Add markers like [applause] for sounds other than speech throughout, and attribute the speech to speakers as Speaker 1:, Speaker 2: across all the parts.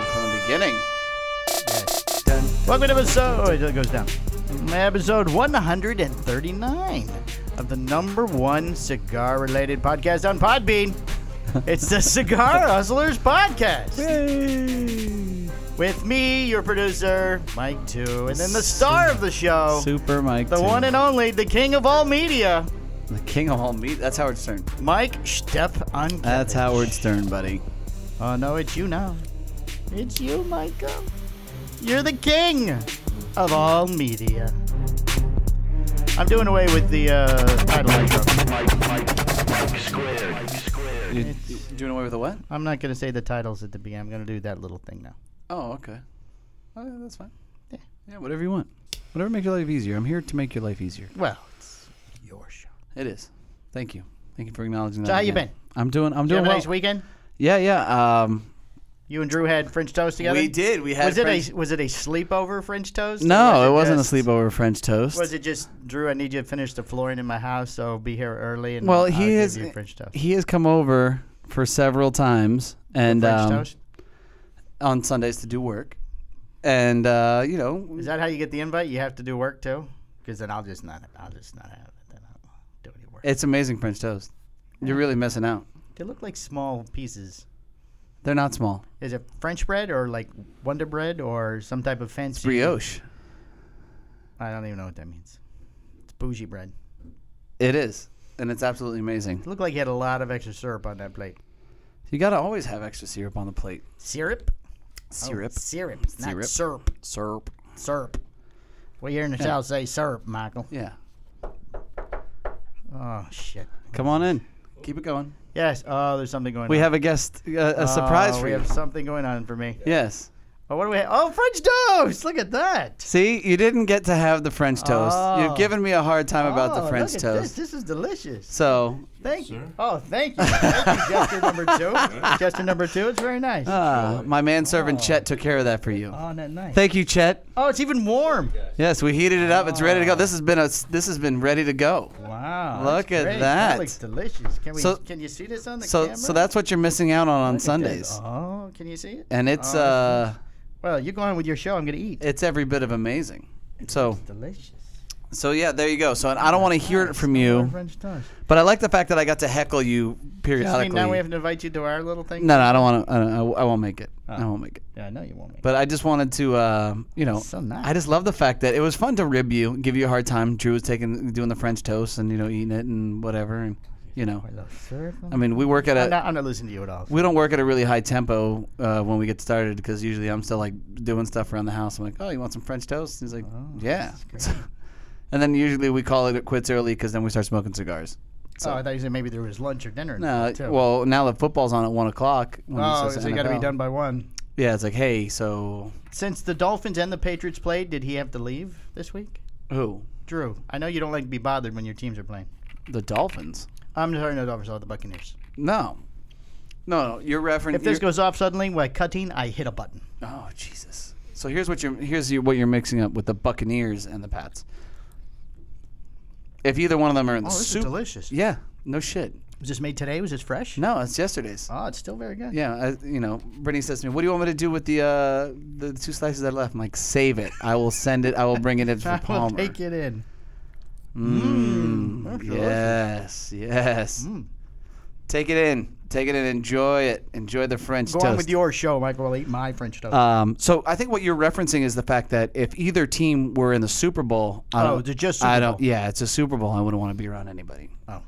Speaker 1: beginning.
Speaker 2: Welcome to episode. Oh, it goes down. Episode 139 of the number one cigar related podcast on Podbean. It's the Cigar Hustlers Podcast. With me, your producer, Mike Two, and then the star of the show,
Speaker 1: Super Mike.
Speaker 2: the
Speaker 1: too.
Speaker 2: one and only, the king of all media,
Speaker 1: the king of all meat. That's Howard Stern.
Speaker 2: Mike Step on.
Speaker 1: That's Howard Stern, buddy.
Speaker 2: Oh no, it's you now. It's you, Michael. You're the king of all media. I'm doing away with the uh, title intro.
Speaker 1: You doing away with a what?
Speaker 2: I'm not gonna say the titles at the beginning. I'm gonna do that little thing now.
Speaker 1: Oh, okay. Oh, yeah, that's fine.
Speaker 2: Yeah.
Speaker 1: Yeah, whatever you want. Whatever makes your life easier. I'm here to make your life easier.
Speaker 2: Well, it's your show.
Speaker 1: It is. Thank you. Thank you for acknowledging that.
Speaker 2: So how you
Speaker 1: again.
Speaker 2: been?
Speaker 1: I'm doing. I'm
Speaker 2: Did you
Speaker 1: doing
Speaker 2: have a
Speaker 1: well.
Speaker 2: nice weekend?
Speaker 1: Yeah, yeah. Um,
Speaker 2: You and Drew had French toast together.
Speaker 1: we did. We had.
Speaker 2: Was it
Speaker 1: French-
Speaker 2: a was it a sleepover French toast? or
Speaker 1: No, it, wasn't
Speaker 2: just-
Speaker 1: a sleepover French toast.
Speaker 2: Was it just Drew? I need you to finish the flooring in my house, so be here early. And
Speaker 1: Well,
Speaker 2: I'll
Speaker 1: he
Speaker 2: give
Speaker 1: is.
Speaker 2: you French toast.
Speaker 1: He has come over for several times and
Speaker 2: French
Speaker 1: um,
Speaker 2: toast.
Speaker 1: on Sundays to do work, and uh, you know,
Speaker 2: Is that how you get the invite? You have to do work too? Because then I'll just not. I'll just not have it. Then I will do any work.
Speaker 1: it's amazing French toast. You're really missing out.
Speaker 2: They look like small pieces.
Speaker 1: They're not small.
Speaker 2: Is it French bread or like Wonder bread or some type of fancy
Speaker 1: Brioche.
Speaker 2: I don't even know what that means. It's bougie bread.
Speaker 1: It is, and it's absolutely amazing.
Speaker 2: It looked like you had a lot of extra syrup on that plate.
Speaker 1: You gotta always have extra syrup on the plate.
Speaker 2: Syrup. Oh,
Speaker 1: Syrup.
Speaker 2: syrup. It's not
Speaker 1: Syrup.
Speaker 2: syrup.
Speaker 1: Oh, syrup.
Speaker 2: Syrup. We here in the south say syrup, Michael.
Speaker 1: Yeah.
Speaker 2: Oh shit.
Speaker 1: Come on in. Keep it going.
Speaker 2: Yes. Oh, there's something going
Speaker 1: We
Speaker 2: on.
Speaker 1: have a guest, uh, a surprise
Speaker 2: Oh,
Speaker 1: for
Speaker 2: we
Speaker 1: you.
Speaker 2: have something going on for me.
Speaker 1: Yes.
Speaker 2: Oh, what do we have? Oh, French toast. Look at that.
Speaker 1: See, you didn't get to have the French toast.
Speaker 2: Oh.
Speaker 1: You've given me a hard time about
Speaker 2: Oh,
Speaker 1: the
Speaker 2: look
Speaker 1: French
Speaker 2: at
Speaker 1: toast.
Speaker 2: This. this is delicious.
Speaker 1: So,
Speaker 2: Thank you. Oh, thank you. Thank
Speaker 1: [laughs]
Speaker 2: you, Jester number two. Jester number two. It's very nice.
Speaker 1: ah, my manservant Chet took care of that for you.
Speaker 2: oh, that nice.
Speaker 1: Thank you, Chet.
Speaker 2: oh, it's even warm.
Speaker 1: Yes, we heated it up. It's ready to go. This has been a this has been ready to go.
Speaker 2: Wow.
Speaker 1: Look at
Speaker 2: that's great.
Speaker 1: that.
Speaker 2: looks delicious. Can we?
Speaker 1: So-
Speaker 2: can you see this on the
Speaker 1: So
Speaker 2: camera?
Speaker 1: so that's what you're missing out on on
Speaker 2: Look at this.
Speaker 1: Sundays.
Speaker 2: Oh, can you see it?
Speaker 1: And it's
Speaker 2: Oh,
Speaker 1: uh
Speaker 2: Well, you go on with your show. I'm gonna eat.
Speaker 1: it's every bit of amazing. So
Speaker 2: delicious.
Speaker 1: so yeah, there you go. So and I don't want to Oh. hear it from you,
Speaker 2: French toast.
Speaker 1: but I like the fact that I got to heckle you
Speaker 2: Does this mean
Speaker 1: periodically.
Speaker 2: now we have to invite you to our little thing?
Speaker 1: No, no, I don't want to. I, don't- I won't make it. I
Speaker 2: Oh.
Speaker 1: won't make it.
Speaker 2: Yeah, I know you won't. Make it.
Speaker 1: But I just wanted to, uh, you know,
Speaker 2: So nice.
Speaker 1: I just love the fact that it was fun to rib you, give you a hard time. Drew was taking doing the French toast and you know eating it and whatever, and you know,
Speaker 2: Oh, I love syrup. on
Speaker 1: I
Speaker 2: it.
Speaker 1: mean, we work at
Speaker 2: I'm
Speaker 1: a
Speaker 2: not, I'm not listening to you at all.
Speaker 1: we don't work at a really high tempo uh, when we get started because usually I'm still like doing stuff around the house. I'm like, oh, you want some French toast? And he's like,
Speaker 2: Oh,
Speaker 1: yeah.
Speaker 2: this is great.
Speaker 1: [laughs] and then usually we call it quits early because then we start smoking cigars.
Speaker 2: oh, I thought you said maybe there was lunch or dinner.
Speaker 1: No,
Speaker 2: involved, too.
Speaker 1: well, now that football's on at one o'clock. when it's
Speaker 2: Oh,
Speaker 1: just
Speaker 2: so you got to be
Speaker 1: NFL.
Speaker 2: done by one.
Speaker 1: Yeah, it's like, hey, so
Speaker 2: Since the Dolphins and the Patriots played, did he have to leave this week?
Speaker 1: who?
Speaker 2: Drew, I know you don't like to be bothered when your teams are playing.
Speaker 1: The Dolphins.
Speaker 2: I'm sorry, no Dolphins, all the Buccaneers.
Speaker 1: No. No, no. You're referencing.
Speaker 2: If this goes off suddenly while cutting, I hit a button.
Speaker 1: oh Jesus! So here's what you're here's your, what you're mixing up with the Buccaneers and the Pats. If either one of them are in
Speaker 2: Oh,
Speaker 1: the
Speaker 2: this is
Speaker 1: Super,
Speaker 2: delicious.
Speaker 1: yeah, no shit.
Speaker 2: Was this made today? Was this fresh?
Speaker 1: No, it's yesterday's.
Speaker 2: Oh, it's still very good.
Speaker 1: Yeah, I, you know, Brittany says to me, "What do you want me to do with the uh, the two slices that are left?" I'm like, "Save it. I will send it. I will bring it
Speaker 2: [laughs]
Speaker 1: in for
Speaker 2: I will
Speaker 1: Palmer."
Speaker 2: take it in.
Speaker 1: Mm,
Speaker 2: that's delicious.
Speaker 1: yes, yes.
Speaker 2: Mm.
Speaker 1: Take it in. Take it in. Enjoy it. Enjoy the French
Speaker 2: Go
Speaker 1: toast.
Speaker 2: on with your show, Michael. I'll eat my French toast.
Speaker 1: Um, so I think what you're referencing is the fact that if either team were in the Super Bowl, I
Speaker 2: Oh,
Speaker 1: don't-
Speaker 2: they're just Super
Speaker 1: I don't.
Speaker 2: Bowl.
Speaker 1: Yeah, it's a Super Bowl. I wouldn't want to be around anybody
Speaker 2: oh.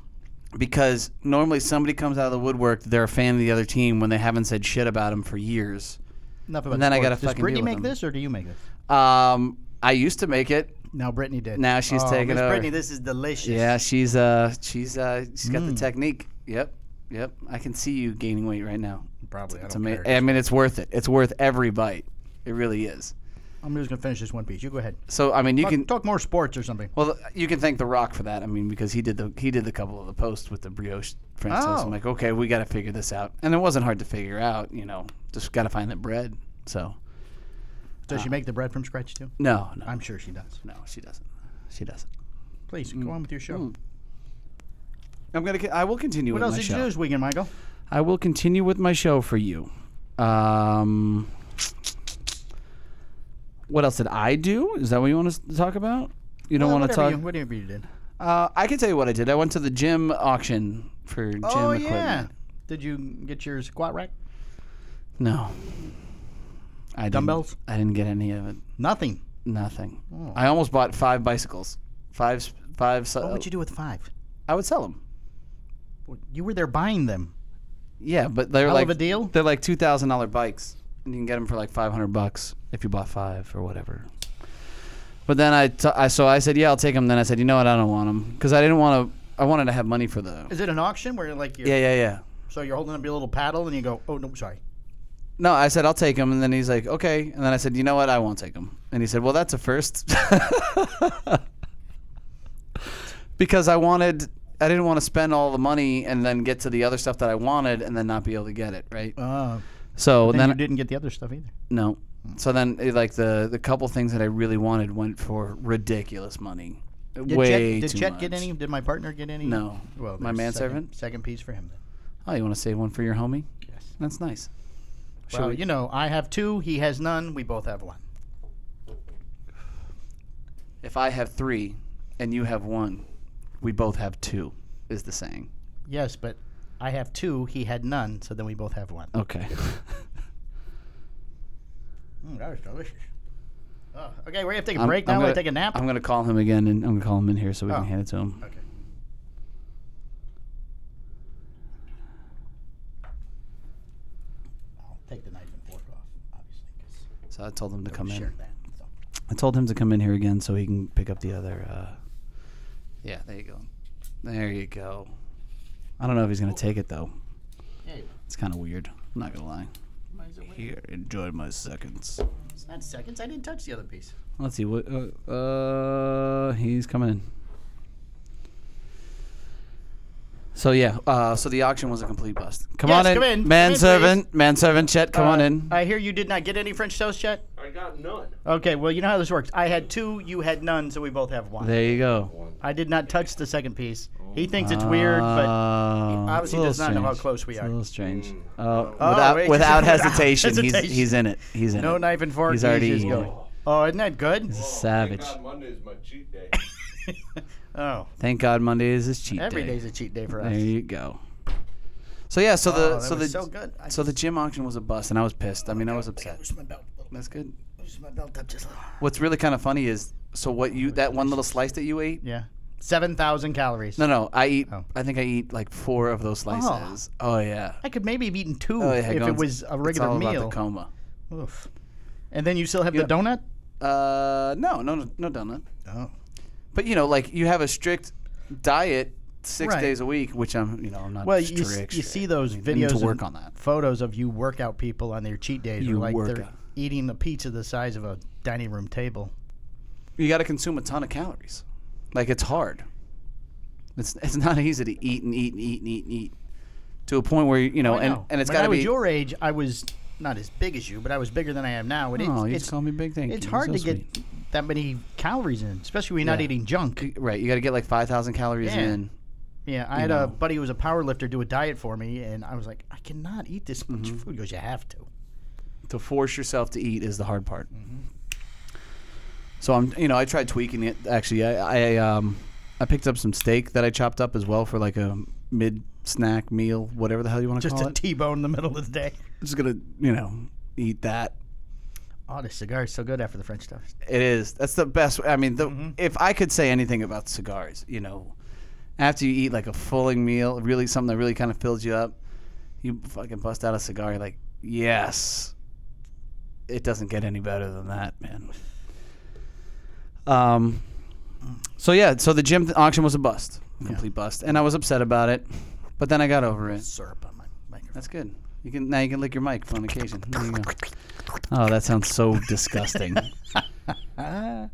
Speaker 1: because normally somebody comes out of the woodwork. They're a fan of the other team when they haven't said shit about them for years.
Speaker 2: Enough about
Speaker 1: and then I
Speaker 2: sports.
Speaker 1: gotta
Speaker 2: Does
Speaker 1: fucking
Speaker 2: Brittany
Speaker 1: deal with
Speaker 2: make
Speaker 1: them.
Speaker 2: this or do you make this?
Speaker 1: Um, I used to make it.
Speaker 2: No, Brittany did.
Speaker 1: Now she's
Speaker 2: oh,
Speaker 1: taking
Speaker 2: Miss
Speaker 1: over.
Speaker 2: Brittany, this is delicious.
Speaker 1: Yeah, she's uh, she's uh, she's got the
Speaker 2: Mm.
Speaker 1: technique. Yep, yep. I can see you gaining weight right now.
Speaker 2: Probably. I
Speaker 1: It's
Speaker 2: don't
Speaker 1: amazing.
Speaker 2: care.
Speaker 1: I mean, it's worth it. It's worth every bite. It really is.
Speaker 2: I'm just going to finish this one piece. You go ahead.
Speaker 1: So I mean, you
Speaker 2: Talk-
Speaker 1: can
Speaker 2: talk more sports or something.
Speaker 1: Well, th- you can thank The Rock for that. I mean, because he did the he did the couple of the posts with the brioche French toast.
Speaker 2: Oh.
Speaker 1: I'm like, okay, we got to figure this out, and it wasn't hard to figure out. You know, just got to find that bread. So
Speaker 2: Does
Speaker 1: Ah.
Speaker 2: she make the bread from scratch too?
Speaker 1: no, no,
Speaker 2: I'm sure she does.
Speaker 1: no, she doesn't. She doesn't.
Speaker 2: Please go on with your show.
Speaker 1: Mm. I'm gonna. co- I will continue
Speaker 2: What
Speaker 1: with
Speaker 2: else
Speaker 1: my
Speaker 2: did
Speaker 1: show.
Speaker 2: you do this weekend, Michael?
Speaker 1: I will continue with my show for you. Um, What else did I do? Is that what you want us to talk about? You don't
Speaker 2: Well,
Speaker 1: want to
Speaker 2: whatever
Speaker 1: talk.
Speaker 2: You, whatever you did.
Speaker 1: Uh, I can tell you what I did. I went to the gym auction for gym
Speaker 2: oh
Speaker 1: equipment.
Speaker 2: yeah. Did you get your squat rack?
Speaker 1: No. I didn't-
Speaker 2: Dumbbells?
Speaker 1: I didn't get any of it.
Speaker 2: Nothing.
Speaker 1: Nothing.
Speaker 2: Oh.
Speaker 1: I almost bought five bicycles. Five. s- Five. s-
Speaker 2: What would you do with five?
Speaker 1: I would sell them.
Speaker 2: You were there buying them.
Speaker 1: Yeah, but they're
Speaker 2: Hell
Speaker 1: like
Speaker 2: of a deal.
Speaker 1: They're like two thousand dollar bikes, and you can get them for like five hundred bucks if you bought five or whatever. But then I, t- I so I said, yeah, I'll take them. Then I said, you know what, I don't want them because I didn't want to. I wanted to have money for the.
Speaker 2: Is it an auction where like you?
Speaker 1: Yeah, yeah, yeah.
Speaker 2: So you're holding up your little paddle and you go, oh no, sorry.
Speaker 1: No, I said I'll take them, and then he's like, okay. And then I said, you know what, I won't take them. And he said, well, that's a first. [laughs] because I wanted, I didn't want to spend all the money and then get to the other stuff that I wanted and then not be able to get it right.
Speaker 2: Oh.
Speaker 1: So
Speaker 2: Then,
Speaker 1: then
Speaker 2: you didn't get the other stuff either.
Speaker 1: No. So then, it, like the the couple things that I really wanted went for ridiculous money.
Speaker 2: Did
Speaker 1: Way
Speaker 2: Chet, did
Speaker 1: too
Speaker 2: Chet
Speaker 1: much.
Speaker 2: get any? Did my partner get any?
Speaker 1: No.
Speaker 2: Well,
Speaker 1: My
Speaker 2: there's
Speaker 1: manservant?
Speaker 2: Second, second piece for him then.
Speaker 1: Oh, you want to save one for your homie?
Speaker 2: Yes.
Speaker 1: That's nice. Shall
Speaker 2: Well,
Speaker 1: we-
Speaker 2: you know, I have two. He has none. We both have one.
Speaker 1: If I have three, and you have one, we both have two. Is the saying?
Speaker 2: Yes, but I have two. He had none. So then we both have one.
Speaker 1: [laughs] Okay.
Speaker 2: Mm, that was delicious. Oh, okay, we're gonna take a
Speaker 1: I'm-
Speaker 2: break
Speaker 1: I'm
Speaker 2: now. We're
Speaker 1: gonna-
Speaker 2: gonna take a nap.
Speaker 1: I'm gonna call him again, and I'm gonna call him in here so we
Speaker 2: Oh.
Speaker 1: can hand it to him.
Speaker 2: okay. I'll take the knife and fork off, obviously, because
Speaker 1: So I told him to come
Speaker 2: we
Speaker 1: in.
Speaker 2: shared that. So.
Speaker 1: I told him to come in here again so he can pick up the other. Uh, yeah, there you go. There you go. I don't know if he's gonna take it though.
Speaker 2: Yeah, you-
Speaker 1: It's kind of weird. I'm not gonna lie.
Speaker 2: might as well wait.
Speaker 1: Here, enjoy my seconds.
Speaker 2: It's not seconds. I didn't touch the other piece.
Speaker 1: Let's see what. Uh, uh he's coming in. So yeah, uh, so the auction was a complete bust. Come
Speaker 2: Yes,
Speaker 1: on in,
Speaker 2: come in. Come in,
Speaker 1: manservant, manservant, Chet, come on
Speaker 2: Uh,
Speaker 1: in.
Speaker 2: I hear you did not get any French toast yet.
Speaker 3: I got none. Oh,
Speaker 2: Okay, well, you know how this works. I had two, you had none, so we both have one.
Speaker 1: there you go.
Speaker 2: I did not touch the second piece. He
Speaker 1: Oh.
Speaker 2: thinks it's weird,
Speaker 1: Uh,
Speaker 2: but obviously does not know how close we
Speaker 1: It's
Speaker 2: are.
Speaker 1: a little strange. Oh,
Speaker 2: Oh,
Speaker 1: without,
Speaker 2: wait, [laughs]
Speaker 1: without
Speaker 2: without
Speaker 1: hesitation, he's
Speaker 2: hesitation.
Speaker 1: he's in it. He's in
Speaker 2: no
Speaker 1: it.
Speaker 2: knife and fork.
Speaker 1: He's already
Speaker 2: just going. Oh, isn't that good?
Speaker 1: He's a savage.
Speaker 3: Thank God Monday's my cheat
Speaker 1: [laughs]
Speaker 3: day.
Speaker 2: Oh,
Speaker 1: Thank God Monday is his cheat
Speaker 2: every
Speaker 1: day.
Speaker 2: day's a cheat day for us.
Speaker 1: There you go. So yeah, so the
Speaker 2: Oh, that
Speaker 1: so the
Speaker 2: was so good. I
Speaker 1: so the gym auction was a bust, and I was pissed. I mean, I was
Speaker 2: I
Speaker 1: upset.
Speaker 2: loosen my belt. a little.
Speaker 1: That's good.
Speaker 2: Loosen my belt up just a little.
Speaker 1: What's really kind of funny is so what you that one little slice that you ate.
Speaker 2: Yeah, seven thousand calories.
Speaker 1: No, no, I eat.
Speaker 2: Oh.
Speaker 1: I think I eat like four of those slices. Oh, yeah.
Speaker 2: I could maybe have eaten two
Speaker 1: Oh, yeah.
Speaker 2: if
Speaker 1: going-
Speaker 2: it was a regular
Speaker 1: it's all
Speaker 2: meal.
Speaker 1: About the coma.
Speaker 2: Oof. And then you still have
Speaker 1: You
Speaker 2: the donut.
Speaker 1: Uh, no, no, no, no donut.
Speaker 2: Oh.
Speaker 1: But you know, like you have a strict diet six
Speaker 2: Right.
Speaker 1: days a week, which I'm, you know, I'm not.
Speaker 2: Well,
Speaker 1: strict,
Speaker 2: you, s- you
Speaker 1: strict.
Speaker 2: see those
Speaker 1: I need
Speaker 2: videos
Speaker 1: to
Speaker 2: and
Speaker 1: work on that.
Speaker 2: photos of you workout people on their cheat days.
Speaker 1: You
Speaker 2: where, like they're
Speaker 1: workout.
Speaker 2: eating a pizza the size of a dining room table.
Speaker 1: you got to consume a ton of calories. Like it's hard. It's it's not easy to eat and eat and eat and eat and eat to a point where you know,
Speaker 2: I
Speaker 1: Oh, and
Speaker 2: know.
Speaker 1: and it's
Speaker 2: when
Speaker 1: got
Speaker 2: I
Speaker 1: to
Speaker 2: was
Speaker 1: be.
Speaker 2: your age, I was not as big as you, but I was bigger than I am now. And
Speaker 1: oh, you
Speaker 2: it's
Speaker 1: just
Speaker 2: it's,
Speaker 1: call me big. Thank
Speaker 2: it's
Speaker 1: you.
Speaker 2: hard
Speaker 1: So
Speaker 2: to get
Speaker 1: sweet.
Speaker 2: that many calories in, especially when you're not
Speaker 1: Yeah.
Speaker 2: eating junk.
Speaker 1: right. You got to get like five thousand calories
Speaker 2: Yeah.
Speaker 1: in.
Speaker 2: Yeah, I
Speaker 1: You
Speaker 2: had
Speaker 1: know.
Speaker 2: a buddy who was a power lifter do a diet for me, and I was like, I cannot eat this much
Speaker 1: Mm-hmm.
Speaker 2: food. He goes, you have to.
Speaker 1: To force yourself to eat is the hard part.
Speaker 2: Mm-hmm.
Speaker 1: So I'm, you know, I tried tweaking it. Actually, I, I um, I picked up some steak that I chopped up as well for like a mid snack meal, whatever the hell you want to
Speaker 2: Just
Speaker 1: call
Speaker 2: a
Speaker 1: it.
Speaker 2: T-bone in the middle of the day.
Speaker 1: just gonna, you know, eat that.
Speaker 2: Oh, this cigar is so good after the French toast.
Speaker 1: It is. That's the best. I mean, the, if I could say anything about cigars, you know, after you eat like a fulling meal, really something that really kind of fills you up, you fucking bust out a cigar. You're like, yes, it doesn't get any better than that, man. Um, so yeah, so the gym auction was a bust, complete bust, and I was upset about it, but then I got over it.
Speaker 2: Syrup on my microphone.
Speaker 1: That's good. You can now you can lick your mic on occasion. There you go. Oh, that sounds so disgusting. Ah.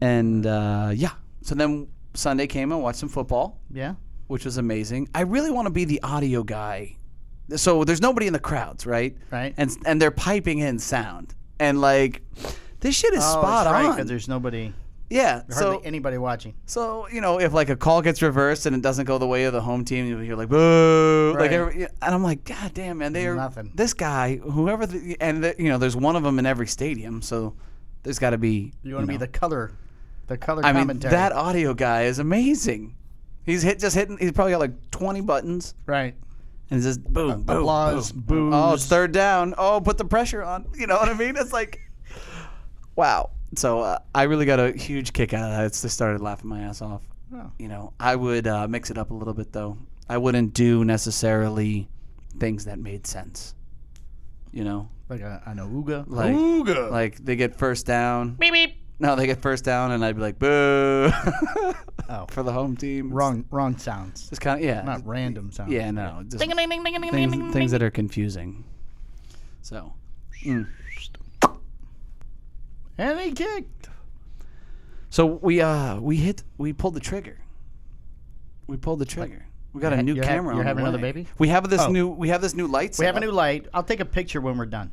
Speaker 1: and uh, yeah, so then Sunday came and watched some football,
Speaker 2: Yeah.
Speaker 1: which was amazing. I really want to be the audio guy. So there's nobody in the crowds, right?
Speaker 2: Right.
Speaker 1: And and they're piping in sound and like this shit is
Speaker 2: Oh,
Speaker 1: spot
Speaker 2: that's right, 'cause
Speaker 1: on.
Speaker 2: there's nobody,
Speaker 1: yeah.
Speaker 2: hardly
Speaker 1: So
Speaker 2: anybody watching.
Speaker 1: so you know, if like a call gets reversed and it doesn't go the way of the home team, you'll hear like boo, like
Speaker 2: Right.
Speaker 1: every, yeah, and I'm like, God damn, man, they are
Speaker 2: Nothing.
Speaker 1: This guy, whoever, the, and the, you know, there's one of them in every stadium, so There's got to be.
Speaker 2: You want to
Speaker 1: know.
Speaker 2: be the color, the color
Speaker 1: I mean,
Speaker 2: commentary.
Speaker 1: that audio guy is amazing. He's hit just hitting. He's probably got like 20 buttons,
Speaker 2: right.
Speaker 1: and it's just boom, boom,
Speaker 2: applause,
Speaker 1: boom.
Speaker 2: boos.
Speaker 1: Oh, it's third down. Oh, put the pressure on. You know what I mean? It's like, wow. So uh, I really got a huge kick out of that. It's just started laughing my ass off.
Speaker 2: Oh.
Speaker 1: You know, I would uh, mix it up a little bit though. I wouldn't do necessarily things that made sense. You know,
Speaker 2: Like uh, a, an ooga.
Speaker 1: like
Speaker 2: ooga.
Speaker 1: like they get first down. Beep beep. No, they get first down, and I'd be like, boo. [laughs]
Speaker 2: oh,
Speaker 1: for the home team. It's
Speaker 2: wrong, wrong sounds.
Speaker 1: Just kind of yeah.
Speaker 2: Not random sounds.
Speaker 1: yeah, no. Just things, things that are confusing. So, mm.
Speaker 2: And he kicked.
Speaker 1: so we uh we hit we pulled the trigger. We pulled the trigger. We got a new
Speaker 2: you have-
Speaker 1: camera.
Speaker 2: you
Speaker 1: on
Speaker 2: have
Speaker 1: the
Speaker 2: another
Speaker 1: way.
Speaker 2: baby?
Speaker 1: We have this
Speaker 2: Oh.
Speaker 1: new we have this new light.
Speaker 2: We have a new light. I'll take a picture when we're done.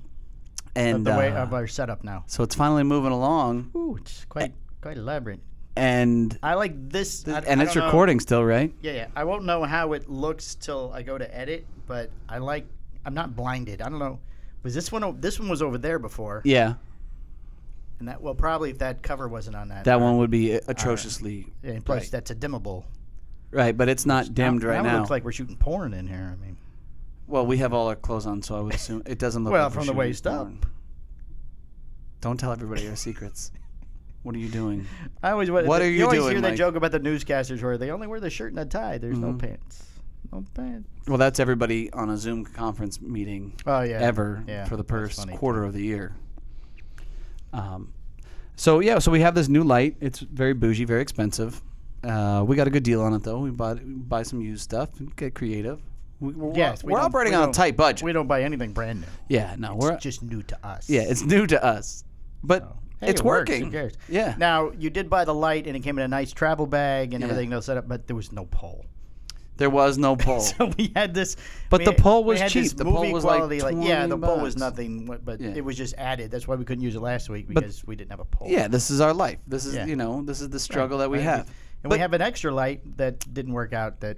Speaker 1: uh, and
Speaker 2: The way
Speaker 1: uh,
Speaker 2: of our setup now.
Speaker 1: so it's finally moving along,
Speaker 2: Ooh, it's quite quite elaborate.
Speaker 1: and
Speaker 2: I like this. I-
Speaker 1: and
Speaker 2: I
Speaker 1: it's
Speaker 2: don't know-
Speaker 1: recording still, right?
Speaker 2: Yeah, yeah. I won't know how it looks till I go to edit, but I like. I'm not blinded. I don't know. Was this one? o- This one was over there before,
Speaker 1: Yeah,
Speaker 2: and that. Well, probably if that cover wasn't on that.
Speaker 1: that one would be atrociously
Speaker 2: Yeah, and plus,
Speaker 1: Right.
Speaker 2: that's a dimmable.
Speaker 1: right, but it's not dimmed
Speaker 2: now,
Speaker 1: right
Speaker 2: now It
Speaker 1: now.
Speaker 2: looks like we're shooting porn in here. I mean,
Speaker 1: Well, we have all our clothes on, so I would assume it doesn't look.
Speaker 2: Well,
Speaker 1: like we're
Speaker 2: from the
Speaker 1: shooting
Speaker 2: waist up.
Speaker 1: porn. Don't tell everybody your
Speaker 2: [laughs]
Speaker 1: secrets. What are you doing?
Speaker 2: I always what,
Speaker 1: What are you
Speaker 2: always
Speaker 1: doing,
Speaker 2: hear
Speaker 1: Mike? Mm-hmm.
Speaker 2: that joke about the newscasters where they only wear the shirt and a tie. There's no pants. No pants.
Speaker 1: Well, that's everybody on a Zoom conference meeting
Speaker 2: Oh yeah.
Speaker 1: ever
Speaker 2: Yeah,
Speaker 1: for the
Speaker 2: that's
Speaker 1: first
Speaker 2: funny.
Speaker 1: quarter of the year. Um, so yeah, so we have this new light. It's very bougie, very expensive. Uh, we got a good deal on it though. We bought we buy some used stuff and get creative. We, we're
Speaker 2: Yes, we
Speaker 1: we're
Speaker 2: don't-
Speaker 1: operating
Speaker 2: we
Speaker 1: on a
Speaker 2: don't-
Speaker 1: tight budget.
Speaker 2: We don't buy anything brand new.
Speaker 1: yeah, no, we're
Speaker 2: It's just new to us.
Speaker 1: yeah, it's new to us, but
Speaker 2: Hey,
Speaker 1: it's
Speaker 2: it works. Who
Speaker 1: working.
Speaker 2: cares?
Speaker 1: Yeah.
Speaker 2: Now you did buy the light, and it came in a nice travel bag and
Speaker 1: Yeah.
Speaker 2: everything else set up, but there was no pole.
Speaker 1: There was
Speaker 2: [laughs]
Speaker 1: no poll.
Speaker 2: So we had this.
Speaker 1: But
Speaker 2: we
Speaker 1: the
Speaker 2: had-
Speaker 1: pole
Speaker 2: we
Speaker 1: was
Speaker 2: had
Speaker 1: cheap.
Speaker 2: this
Speaker 1: The pole
Speaker 2: movie
Speaker 1: was like
Speaker 2: quality, yeah, the
Speaker 1: 20
Speaker 2: pole was
Speaker 1: bucks.
Speaker 2: nothing, what- but
Speaker 1: Yeah.
Speaker 2: it was just added. That's why we couldn't use it last week because we didn't have a pole.
Speaker 1: yeah, this is our life. This is
Speaker 2: Yeah.
Speaker 1: you know, this is the struggle that we
Speaker 2: Right.
Speaker 1: have.
Speaker 2: and
Speaker 1: but-
Speaker 2: we have an extra light that didn't work out. That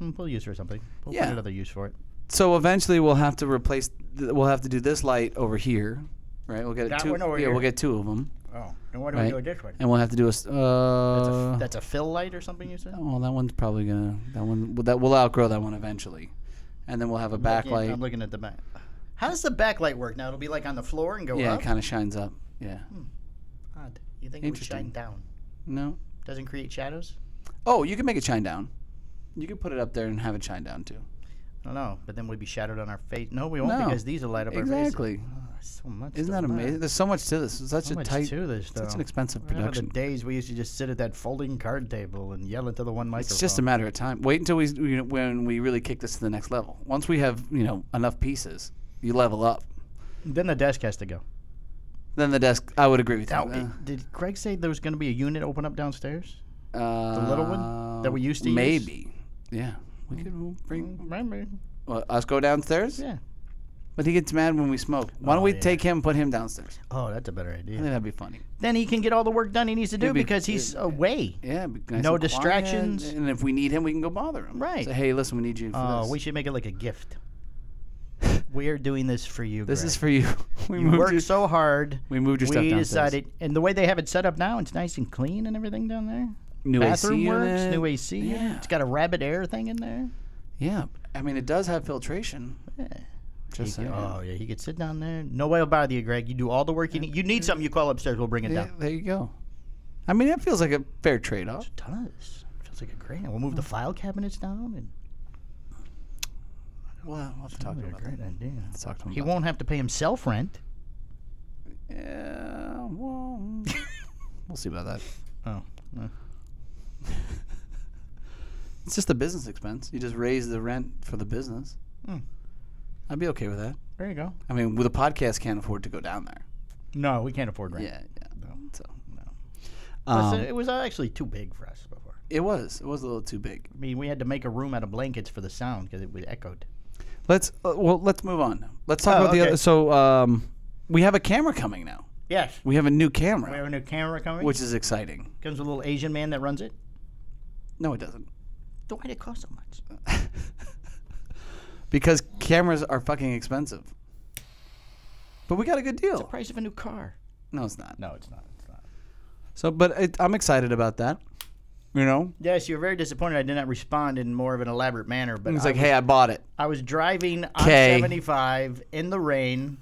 Speaker 2: hmm, we'll use for something. We'll
Speaker 1: Yeah.
Speaker 2: find another use for it.
Speaker 1: So eventually we'll have to replace. Th- we'll have to do this light over here, right? We'll get
Speaker 2: That
Speaker 1: two.
Speaker 2: one over
Speaker 1: yeah, we'll
Speaker 2: here.
Speaker 1: get two of them,
Speaker 2: Oh, and what do
Speaker 1: Right.
Speaker 2: we do with this one?
Speaker 1: and we'll have to do a. s-
Speaker 2: That's a,
Speaker 1: Uh,
Speaker 2: f- that's a fill light or something you said.
Speaker 1: well, that one's probably gonna. That one. That we'll outgrow that one eventually, and then we'll have a
Speaker 2: Yeah, I'm
Speaker 1: backlight.
Speaker 2: looking at the back. How does the backlight work? Now it'll be like on the floor and go
Speaker 1: Yeah,
Speaker 2: up. Hmm.
Speaker 1: it kind of shines up. Yeah.
Speaker 2: Odd. You think it would
Speaker 1: Interesting.
Speaker 2: shine down?
Speaker 1: No.
Speaker 2: Doesn't create shadows?
Speaker 1: Oh, you can make it shine down. You can put it up there and have it shine down too.
Speaker 2: I don't know, but then we'd be shadowed on our face. No, we won't
Speaker 1: No.
Speaker 2: because these will light up our faces.
Speaker 1: Exactly.
Speaker 2: Oh, so much.
Speaker 1: Isn't
Speaker 2: to
Speaker 1: that
Speaker 2: learn.
Speaker 1: amazing? There's so much to this. It's such
Speaker 2: So
Speaker 1: a
Speaker 2: much
Speaker 1: tight.
Speaker 2: to this,
Speaker 1: Such an
Speaker 2: though.
Speaker 1: expensive
Speaker 2: Remember the
Speaker 1: production.
Speaker 2: days we used to just sit at that folding card table and yell into the one microphone.
Speaker 1: It's just a matter of time. Wait until we we- when we really kick this to the next level. Once we have you know enough pieces, you level up.
Speaker 2: then the desk has to go.
Speaker 1: Then the desk. I would agree with you.
Speaker 2: Now, it- did Greg say there was going to be a unit open up downstairs?
Speaker 1: Uh,
Speaker 2: little one that we used to use?
Speaker 1: maybe. Yeah, we could we'll bring
Speaker 2: Remember?
Speaker 1: well, us go downstairs.
Speaker 2: Yeah.
Speaker 1: But he gets mad when we smoke. Why don't
Speaker 2: Oh,
Speaker 1: we
Speaker 2: yeah.
Speaker 1: take him, put him downstairs?
Speaker 2: Oh, that's a better
Speaker 1: I
Speaker 2: idea.
Speaker 1: think that'd be funny.
Speaker 2: Then he can get all the work done he needs to do
Speaker 1: It'd be-
Speaker 2: because he's away.
Speaker 1: Yeah, it'd be nice
Speaker 2: No
Speaker 1: and quiet,
Speaker 2: distractions.
Speaker 1: And if we need him, we can go bother him.
Speaker 2: Right.
Speaker 1: Say, hey, listen, we need you for
Speaker 2: Oh,
Speaker 1: this.
Speaker 2: we should make it like
Speaker 1: [laughs]
Speaker 2: a gift. we are doing this for you.
Speaker 1: this
Speaker 2: Greg.
Speaker 1: is for
Speaker 2: [laughs]
Speaker 1: you. we
Speaker 2: You
Speaker 1: moved
Speaker 2: worked
Speaker 1: your-
Speaker 2: so hard.
Speaker 1: we moved your
Speaker 2: we
Speaker 1: stuff downstairs.
Speaker 2: decided, and the way they have it set up now, it's nice and clean and everything down there.
Speaker 1: new
Speaker 2: Bathroom
Speaker 1: AC
Speaker 2: works,
Speaker 1: unit.
Speaker 2: new AC. unit.
Speaker 1: Yeah.
Speaker 2: It's got a rabbit air thing in there.
Speaker 1: Yeah, I mean it does have filtration.
Speaker 2: Yeah.
Speaker 1: Just
Speaker 2: He
Speaker 1: saying.
Speaker 2: could- oh yeah, he could sit down there. Nobody will bother you, Greg. You do all the work you need. You need something, you call upstairs. We'll bring it
Speaker 1: Yeah,
Speaker 2: down.
Speaker 1: there you go. I mean, that feels like a fair trade-off.
Speaker 2: It does. Feels like a great. We'll move the
Speaker 1: Mm.
Speaker 2: file cabinets down, and
Speaker 1: Well, we'll have to talk
Speaker 2: Sounds
Speaker 1: to him
Speaker 2: like a
Speaker 1: about that.
Speaker 2: great idea.
Speaker 1: Let's talk to him
Speaker 2: He
Speaker 1: about
Speaker 2: won't have to pay himself rent.
Speaker 1: that. Yeah, well, [laughs] we'll see about that.
Speaker 2: Oh, no.
Speaker 1: [laughs] It's just a business expense. You just raise the rent for the business.
Speaker 2: Hmm.
Speaker 1: I'd be okay with that.
Speaker 2: there you go.
Speaker 1: I mean, with a podcast can't afford to go down there.
Speaker 2: No, we can't afford rent.
Speaker 1: Yeah, yeah.
Speaker 2: No.
Speaker 1: So
Speaker 2: No.
Speaker 1: um,
Speaker 2: it was actually too big for us before.
Speaker 1: it was it was a little too big.
Speaker 2: I mean, we had to make a room out of blankets for the sound because it would echoed.
Speaker 1: Let's uh, well let's move on. Let's talk
Speaker 2: Oh,
Speaker 1: about the
Speaker 2: okay.
Speaker 1: other. So um, we have a camera coming now.
Speaker 2: Yes.
Speaker 1: We have a new
Speaker 2: We
Speaker 1: camera,
Speaker 2: have a new camera coming.
Speaker 1: which is exciting.
Speaker 2: comes with a little Asian man that runs it.
Speaker 1: No, it doesn't. [laughs]
Speaker 2: Then Why did it cost so much?
Speaker 1: because cameras are fucking expensive. But we got a good
Speaker 2: The
Speaker 1: deal.
Speaker 2: price of a new car.
Speaker 1: No, it's not.
Speaker 2: No, it's not. It's not.
Speaker 1: So, but it, I'm excited about that. You know,
Speaker 2: Yes, you were very disappointed. I did not respond in more of an elaborate manner, but
Speaker 1: it's
Speaker 2: I,
Speaker 1: like, hey, I bought it.
Speaker 2: I was driving on
Speaker 1: Okay.
Speaker 2: 75 in the rain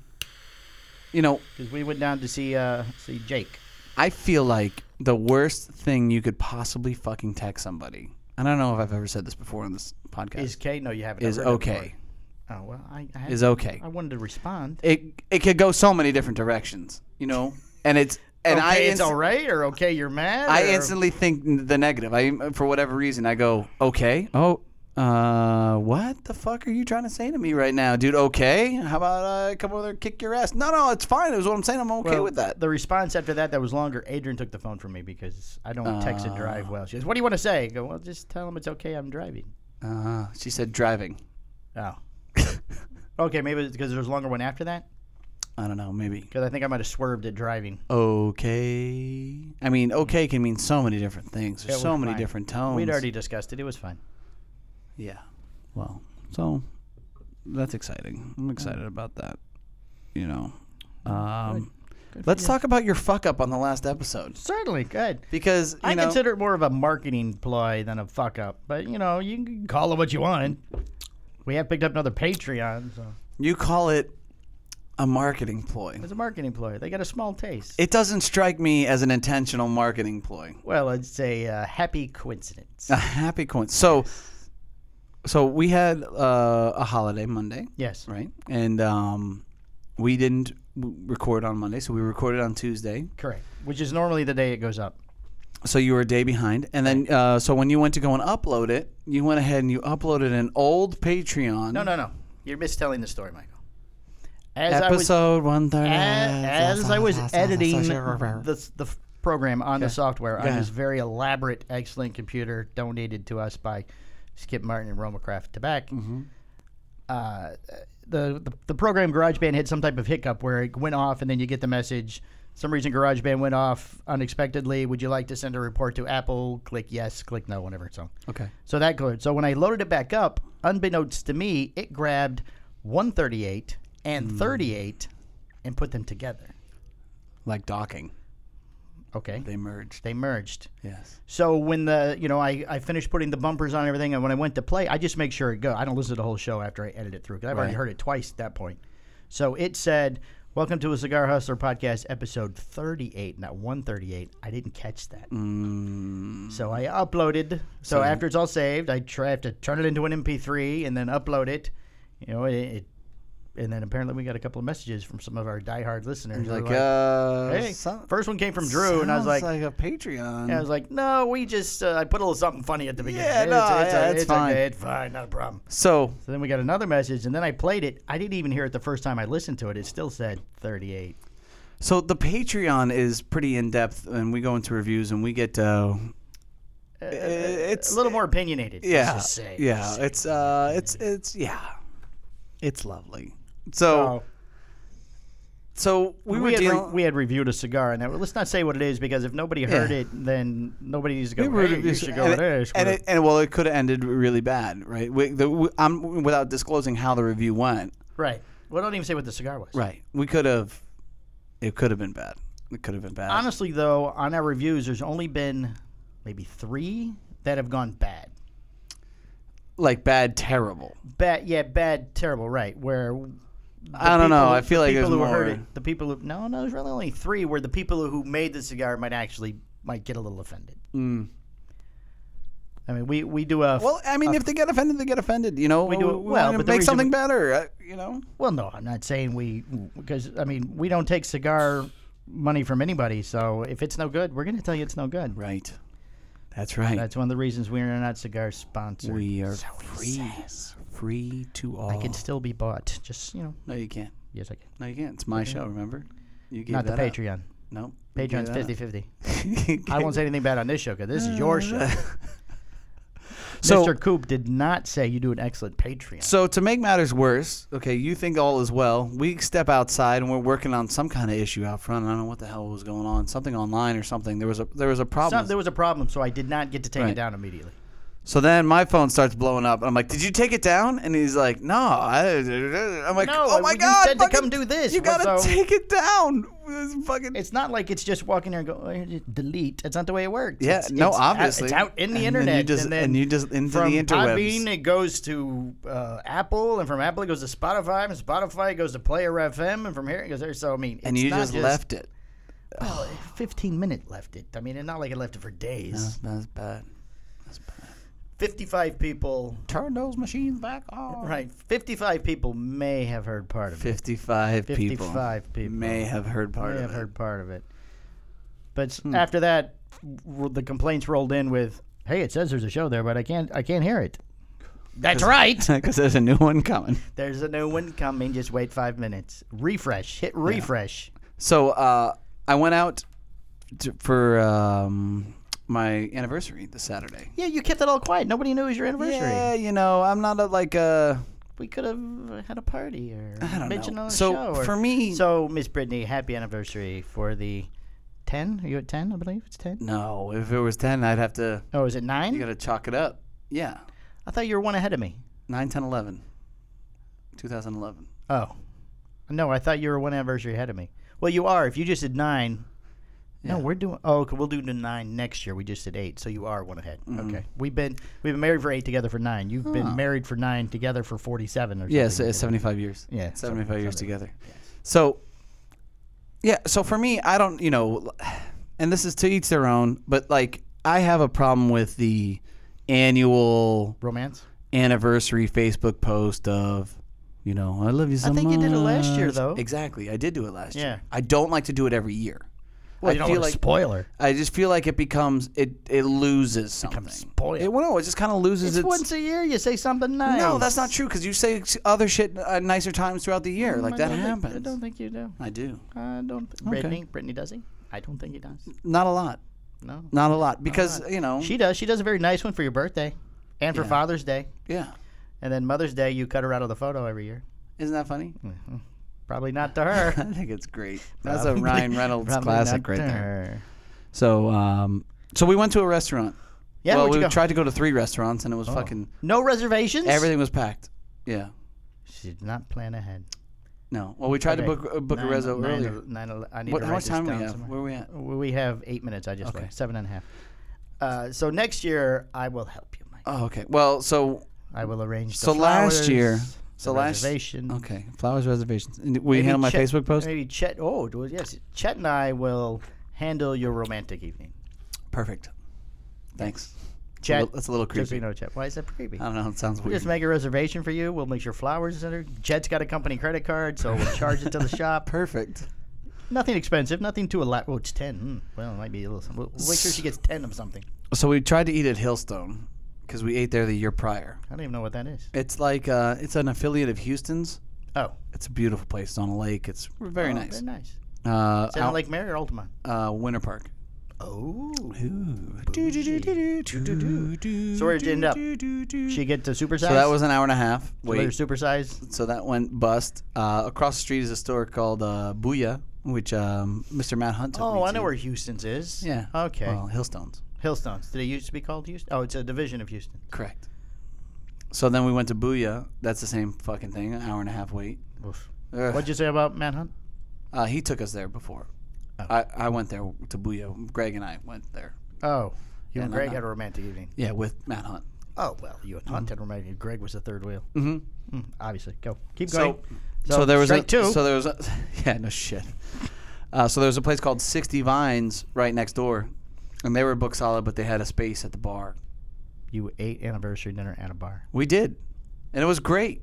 Speaker 1: You know,
Speaker 2: because we went down to see uh, see Jake.
Speaker 1: I feel like the worst thing you could possibly fucking text somebody. I don't know if I've ever said this before on this podcast.
Speaker 2: Is
Speaker 1: Is,
Speaker 2: K? No, you haven't. I've heard it
Speaker 1: okay.
Speaker 2: before. Oh well, I, I had-
Speaker 1: Is okay.
Speaker 2: I wanted to respond.
Speaker 1: It it could go so many different directions. You know, and it's and
Speaker 2: okay,
Speaker 1: I
Speaker 2: it's
Speaker 1: inst-
Speaker 2: all right, or okay, you're mad.
Speaker 1: I
Speaker 2: or-
Speaker 1: instantly think n- the negative. I uh, for whatever reason I go okay. Oh, uh, what the fuck are you trying to say to me right now, dude? Okay, how about uh, come over there and kick your ass? No, no, it's fine. It was what I'm saying. I'm okay
Speaker 2: Well,
Speaker 1: with that.
Speaker 2: The response after that that was longer. Adrian took the phone from me because I don't text and drive well. She goes, "What do you want to say?" I go, "Well, just tell him it's okay. I'm driving."
Speaker 1: Uh, she said driving. [laughs]
Speaker 2: Oh. okay, maybe it's because there was a longer one after that.
Speaker 1: I don't know, maybe.
Speaker 2: Because I think I might have swerved at driving.
Speaker 1: Okay. I mean, okay can mean so many different things. There's
Speaker 2: Yeah,
Speaker 1: so
Speaker 2: we're
Speaker 1: many
Speaker 2: fine.
Speaker 1: different tones.
Speaker 2: We'd already discussed it. It was fine.
Speaker 1: Yeah. Well, so that's exciting. I'm excited about that. You know. Um, let's talk about your fuck up on the last episode
Speaker 2: Certainly, good.
Speaker 1: because you
Speaker 2: I
Speaker 1: know
Speaker 2: consider it more of a marketing ploy than a fuck up. But you know, you can call it what you want. We have picked up another Patreon, so
Speaker 1: you call it a marketing ploy.
Speaker 2: it's a marketing ploy. They got a small taste.
Speaker 1: It doesn't strike me as an intentional marketing ploy.
Speaker 2: well, it's a uh, happy coincidence.
Speaker 1: A happy coincidence. So, so we had uh, a holiday Monday.
Speaker 2: yes.
Speaker 1: right? And um, we didn't w- record on Monday, so we recorded on Tuesday.
Speaker 2: Correct. Which is normally the day it goes up.
Speaker 1: So you were a day behind, and then uh, so when you went to go and upload it, you went ahead and you uploaded an old Patreon
Speaker 2: No, no, no. You're mistelling the story, Michael. As
Speaker 1: episode one thirty.
Speaker 2: as, as I was editing the, the f- program on the software on
Speaker 1: Yeah.
Speaker 2: this very elaborate, excellent computer donated to us by Skip Martin and Roma Craft Tobacco,
Speaker 1: Mm-hmm.
Speaker 2: uh, the, the the program GarageBand had some type of hiccup where it went off, and then you get the message. Some reason GarageBand went off unexpectedly. Would you like to send a report to Apple? Click yes, click no, whatever it's on.
Speaker 1: okay,
Speaker 2: So that good. So when I loaded it back up, unbeknownst to me, it grabbed 138 and 38 and put them together.
Speaker 1: like docking,
Speaker 2: Okay.
Speaker 1: they merged.
Speaker 2: They merged.
Speaker 1: Yes,
Speaker 2: So when the you know I, I finished putting the bumpers on and everything, and when I went to play, I just make sure it go. I don't listen to the whole show after I edit it through because I've already
Speaker 1: Right.
Speaker 2: heard it twice at that point. So it said, "Welcome to a Cigar Hustler podcast, episode 38, not 138." I didn't catch that,
Speaker 1: Mm,
Speaker 2: so I uploaded. So, after it's all saved, I try have to turn it into an MP3 and then upload it. You know it. it and then apparently we got a couple of messages from some of our diehard listeners. They're
Speaker 1: like uh,
Speaker 2: hey,
Speaker 1: so-
Speaker 2: first one came from Drew, and I was
Speaker 1: sounds
Speaker 2: like,
Speaker 1: a Patreon.
Speaker 2: yeah, I was like, no, we just uh, I put a little something funny at the beginning.
Speaker 1: Yeah, no, yeah, it's
Speaker 2: okay,
Speaker 1: fine.
Speaker 2: it's fine, not a problem.
Speaker 1: so
Speaker 2: So then we got another message, and then I played it. I didn't even hear it the first time I listened to it. It still said 38.
Speaker 1: So the Patreon is pretty in depth, and we go into reviews, and we get uh,
Speaker 2: Uh, It's
Speaker 1: it's
Speaker 2: a little more opinionated. let's
Speaker 1: yeah,
Speaker 2: just say.
Speaker 1: yeah. It's uh, it's it's yeah, it's lovely. So
Speaker 2: So,
Speaker 1: so we
Speaker 2: we,
Speaker 1: were
Speaker 2: had re-
Speaker 1: dealing.
Speaker 2: we had reviewed a cigar, and that, let's not say what it is because if nobody heard
Speaker 1: Yeah.
Speaker 2: it, then nobody needs to go.
Speaker 1: we were-
Speaker 2: hey, you should go
Speaker 1: and,
Speaker 2: over there.
Speaker 1: it, and, it, and well, it could have ended really bad, right? We, the, we, I'm without disclosing how the review went.
Speaker 2: right. Well, don't even say what the cigar was.
Speaker 1: Right, we could have. It could have been bad. It could have been bad.
Speaker 2: Honestly, though, on our reviews, there's only been maybe three that have gone bad.
Speaker 1: like bad, terrible.
Speaker 2: bad, yeah, bad, terrible, right? Where the
Speaker 1: I don't know.
Speaker 2: people-
Speaker 1: I feel
Speaker 2: the
Speaker 1: like
Speaker 2: people
Speaker 1: there's
Speaker 2: who
Speaker 1: more.
Speaker 2: heard it, the people who no, no, there's really only three where the people who made the cigar might actually might get a little offended.
Speaker 1: Mm.
Speaker 2: I mean, we we do a well,
Speaker 1: Well, I mean, if they get offended, they get offended. You know, we
Speaker 2: do it well,
Speaker 1: wanna
Speaker 2: but the
Speaker 1: make
Speaker 2: reason
Speaker 1: something
Speaker 2: we-
Speaker 1: better. uh, You know,
Speaker 2: no, I'm not saying we because I mean we don't take cigar money from anybody. So if it's no good, we're going to tell you it's no good.
Speaker 1: right? That's right.
Speaker 2: That's one of the reasons we are not cigar sponsored.
Speaker 1: we are
Speaker 2: So we
Speaker 1: free, free to all.
Speaker 2: I can still be bought. Just you know,
Speaker 1: no, you can't.
Speaker 2: yes, I can.
Speaker 1: No, you can't. It's my show. Remember, you gave
Speaker 2: Not the
Speaker 1: that up.
Speaker 2: Patreon.
Speaker 1: No, you gave
Speaker 2: Patreon's
Speaker 1: that up. [laughs]
Speaker 2: 50-50. I won't say anything bad on this show because this is your show. [laughs]
Speaker 1: so,
Speaker 2: Mr. Coop did not say you do an excellent Patreon.
Speaker 1: so to make matters worse, okay, you think all is well. We step outside and we're working on some kind of issue out front. I don't know what the hell was going on. Something online or something. There was a there was a problem.
Speaker 2: Some, there was a problem, so I did not get to take it
Speaker 1: Right.
Speaker 2: down immediately.
Speaker 1: So then my phone starts blowing up, and I'm like, "Did you take it down?" And he's like, "No." I, [laughs] I'm like,
Speaker 2: No,
Speaker 1: "Oh my
Speaker 2: you
Speaker 1: god!"
Speaker 2: said to
Speaker 1: fucking-
Speaker 2: come do this,
Speaker 1: You gotta [laughs]
Speaker 2: so-
Speaker 1: take it down. It's fucking.
Speaker 2: It's not like it's just walking there and going delete. It's not the way it works.
Speaker 1: yeah,
Speaker 2: It's-
Speaker 1: no,
Speaker 2: it's out-
Speaker 1: obviously.
Speaker 2: it's out
Speaker 1: And
Speaker 2: in the
Speaker 1: then you
Speaker 2: internet,
Speaker 1: just-
Speaker 2: and then
Speaker 1: and you just into
Speaker 2: from
Speaker 1: the interwebs.
Speaker 2: Podbean, it goes to uh, Apple, and from Apple it goes to Spotify, and Spotify it goes to Player FM, and from here it goes there. So I mean,
Speaker 1: and
Speaker 2: it's
Speaker 1: you
Speaker 2: not
Speaker 1: just, left it.
Speaker 2: Well, Fifteen minute left it. I mean, it's not like it left it for days.
Speaker 1: That's bad.
Speaker 2: Fifty five people.
Speaker 1: Turn those machines back on.
Speaker 2: Right, fifty-five people may have heard part of it.
Speaker 1: 55, people.
Speaker 2: 55 people.
Speaker 1: may have heard part
Speaker 2: May
Speaker 1: of
Speaker 2: have
Speaker 1: it. Hmm.
Speaker 2: heard part of it. But s- after that, r- the complaints rolled in with, "Hey, it says there's a show there, but I can't, I can't hear it." That's right.
Speaker 1: [laughs] Because there's a new one coming.
Speaker 2: There's a new one coming. Just wait five minutes. Refresh. Hit refresh.
Speaker 1: So uh, I went out to, for um, my anniversary this Saturday.
Speaker 2: Yeah, you kept it all quiet. Nobody knew it was your anniversary.
Speaker 1: Yeah, you know, I'm not a, like a.
Speaker 2: We could have uh, had a party or
Speaker 1: I don't
Speaker 2: mentioned
Speaker 1: know.
Speaker 2: on the
Speaker 1: So
Speaker 2: show. or-
Speaker 1: for me,
Speaker 2: so Miss Brittany, happy anniversary for the ten. Are you at ten? I believe it's ten.
Speaker 1: no. If it was ten, I'd have to.
Speaker 2: Oh, is it nine?
Speaker 1: You gotta chalk it up. Yeah,
Speaker 2: I thought you were one ahead of me.
Speaker 1: 9, 10, 11. 2011.
Speaker 2: Oh. No, I thought you were one anniversary ahead of me. Well, you are. If you just did nine. No,
Speaker 1: Yeah.
Speaker 2: we're doing. Oh, okay, we'll do the nine next year. We just did eight, so you are one ahead.
Speaker 1: Mm-hmm.
Speaker 2: Okay, we've been we've been married for eight together for nine. You've been married for nine together for forty-seven or something.
Speaker 1: Yeah, so it's 75 years.
Speaker 2: Yeah,
Speaker 1: 75
Speaker 2: something-
Speaker 1: years
Speaker 2: something.
Speaker 1: together. So, yeah, so for me, I don't, you know, and this is to each their own, but like, I have a problem with the annual
Speaker 2: romance.
Speaker 1: anniversary Facebook post of, you know, I love you so much.
Speaker 2: think you did it last year, though.
Speaker 1: Exactly. I did do it last
Speaker 2: Yeah.
Speaker 1: year. I don't like to do it every year.
Speaker 2: you don't want to spoil her.
Speaker 1: I just feel like it becomes it it loses something.
Speaker 2: spoiled.
Speaker 1: It, well, no, it just kind of loses
Speaker 2: It's,
Speaker 1: its
Speaker 2: once a year you say something nice.
Speaker 1: no, that's not true because you say s- other shit uh, nicer times throughout the year. like
Speaker 2: Mm, I
Speaker 1: that
Speaker 2: don't think-
Speaker 1: happens.
Speaker 2: I don't think you do.
Speaker 1: I do.
Speaker 2: I don't. Th- Brittany, Brittany does he? I don't think he does.
Speaker 1: Not a lot.
Speaker 2: No.
Speaker 1: Not a lot because you know.
Speaker 2: She does. She does a very nice one for your birthday, and for Father's Day,
Speaker 1: yeah.
Speaker 2: and then Mother's Day. You cut her out of the photo every year.
Speaker 1: Isn't that
Speaker 2: [laughs]
Speaker 1: funny?
Speaker 2: Probably not to her.
Speaker 1: I think it's great. [laughs] That's a Ryan Reynolds
Speaker 2: Probably
Speaker 1: classic
Speaker 2: not
Speaker 1: right
Speaker 2: to
Speaker 1: there.
Speaker 2: her.
Speaker 1: So, um, so we went to a restaurant.
Speaker 2: Yeah,
Speaker 1: well,
Speaker 2: where'd
Speaker 1: we
Speaker 2: you go? Oh.
Speaker 1: tried to go to three restaurants and it was fucking
Speaker 2: no reservations.
Speaker 1: everything was packed. Yeah.
Speaker 2: She did not plan ahead.
Speaker 1: No. Well, we tried
Speaker 2: Okay.
Speaker 1: to book uh, book
Speaker 2: Nine-
Speaker 1: a reso
Speaker 2: nine-
Speaker 1: earlier.
Speaker 2: nine ele- I need
Speaker 1: what,
Speaker 2: to
Speaker 1: how
Speaker 2: write
Speaker 1: much
Speaker 2: this
Speaker 1: time do we
Speaker 2: down
Speaker 1: have?
Speaker 2: somewhere.
Speaker 1: Where are we at?
Speaker 2: We have eight minutes. I just
Speaker 1: Okay.
Speaker 2: looked. Seven and a half. Uh, so next year, I will help you, Mike.
Speaker 1: Oh, okay. Well, so
Speaker 2: I will arrange. The
Speaker 1: so last
Speaker 2: flowers,
Speaker 1: year.
Speaker 2: the
Speaker 1: So last
Speaker 2: reservation.
Speaker 1: okay, flowers reservations. And Will you
Speaker 2: Maybe
Speaker 1: handle my
Speaker 2: Chet-
Speaker 1: Facebook post?
Speaker 2: Maybe Chet. Oh, do- yes. Chet and I will handle your romantic evening.
Speaker 1: Perfect. Thanks.
Speaker 2: Chet.
Speaker 1: That's a little- that's a little
Speaker 2: Just so
Speaker 1: creepy.
Speaker 2: you know, Chet. Why is that creepy?
Speaker 1: I don't know. It sounds
Speaker 2: We'll
Speaker 1: weird.
Speaker 2: just make a reservation for you. We'll make your flowers. in there. Chet's got a company credit card, so we'll charge
Speaker 1: [laughs]
Speaker 2: it to the shop.
Speaker 1: Perfect.
Speaker 2: Nothing expensive. Nothing too elaborate. Oh, it's ten. Mm, well, it might be a little. Something. We'll, we'll make sure she gets ten of something.
Speaker 1: So we tried to eat at Hillstone because we ate there the year prior.
Speaker 2: I don't even know what that is.
Speaker 1: It's like uh, it's an affiliate of Houston's.
Speaker 2: Oh,
Speaker 1: It's a beautiful place It's on a lake. It's very
Speaker 2: oh,
Speaker 1: nice.
Speaker 2: Very nice.
Speaker 1: Uh,
Speaker 2: Is that
Speaker 1: out-
Speaker 2: on Lake Mary or Altamont?
Speaker 1: uh, Winter Park.
Speaker 2: Oh, So
Speaker 1: So
Speaker 2: where'd you end up?
Speaker 1: So
Speaker 2: she get the supersize.
Speaker 1: that was an hour and a half.
Speaker 2: Wait.
Speaker 1: Wait.
Speaker 2: supersize.
Speaker 1: So that went bust. Uh, across the street is a store called uh, Booyah, which um, Mr. Matt Hunt took me
Speaker 2: Oh, I
Speaker 1: to.
Speaker 2: know where Houston's is.
Speaker 1: Yeah.
Speaker 2: Okay.
Speaker 1: Well, Hillstones.
Speaker 2: Hillstones. Did it used to be called Houston? Oh, it's a division of Houston.
Speaker 1: Correct. So then we went to Booyah. That's the same fucking thing. An hour and a half wait.
Speaker 2: Oof.
Speaker 1: Ugh.
Speaker 2: What'd you say about Manhunt?
Speaker 1: Uh, he took us there before.
Speaker 2: Oh.
Speaker 1: I, I went there to Booyah. Greg and I went there.
Speaker 2: Oh, you
Speaker 1: Yeah,
Speaker 2: and
Speaker 1: no,
Speaker 2: Greg
Speaker 1: no.
Speaker 2: had a romantic evening.
Speaker 1: Yeah, with Matt Hunt.
Speaker 2: Oh well, you and Hunt had
Speaker 1: Mm-hmm.
Speaker 2: a romantic. Greg was the third wheel.
Speaker 1: hmm
Speaker 2: Mm, obviously, go keep going.
Speaker 1: So, so, there was a,
Speaker 2: straight two.
Speaker 1: So there was a, [laughs] yeah, no shit. Uh, so there was a place called Sixty Vines right next door, and they were book solid, but they had a space at the bar.
Speaker 2: you ate anniversary dinner at a bar.
Speaker 1: We did, and it was great.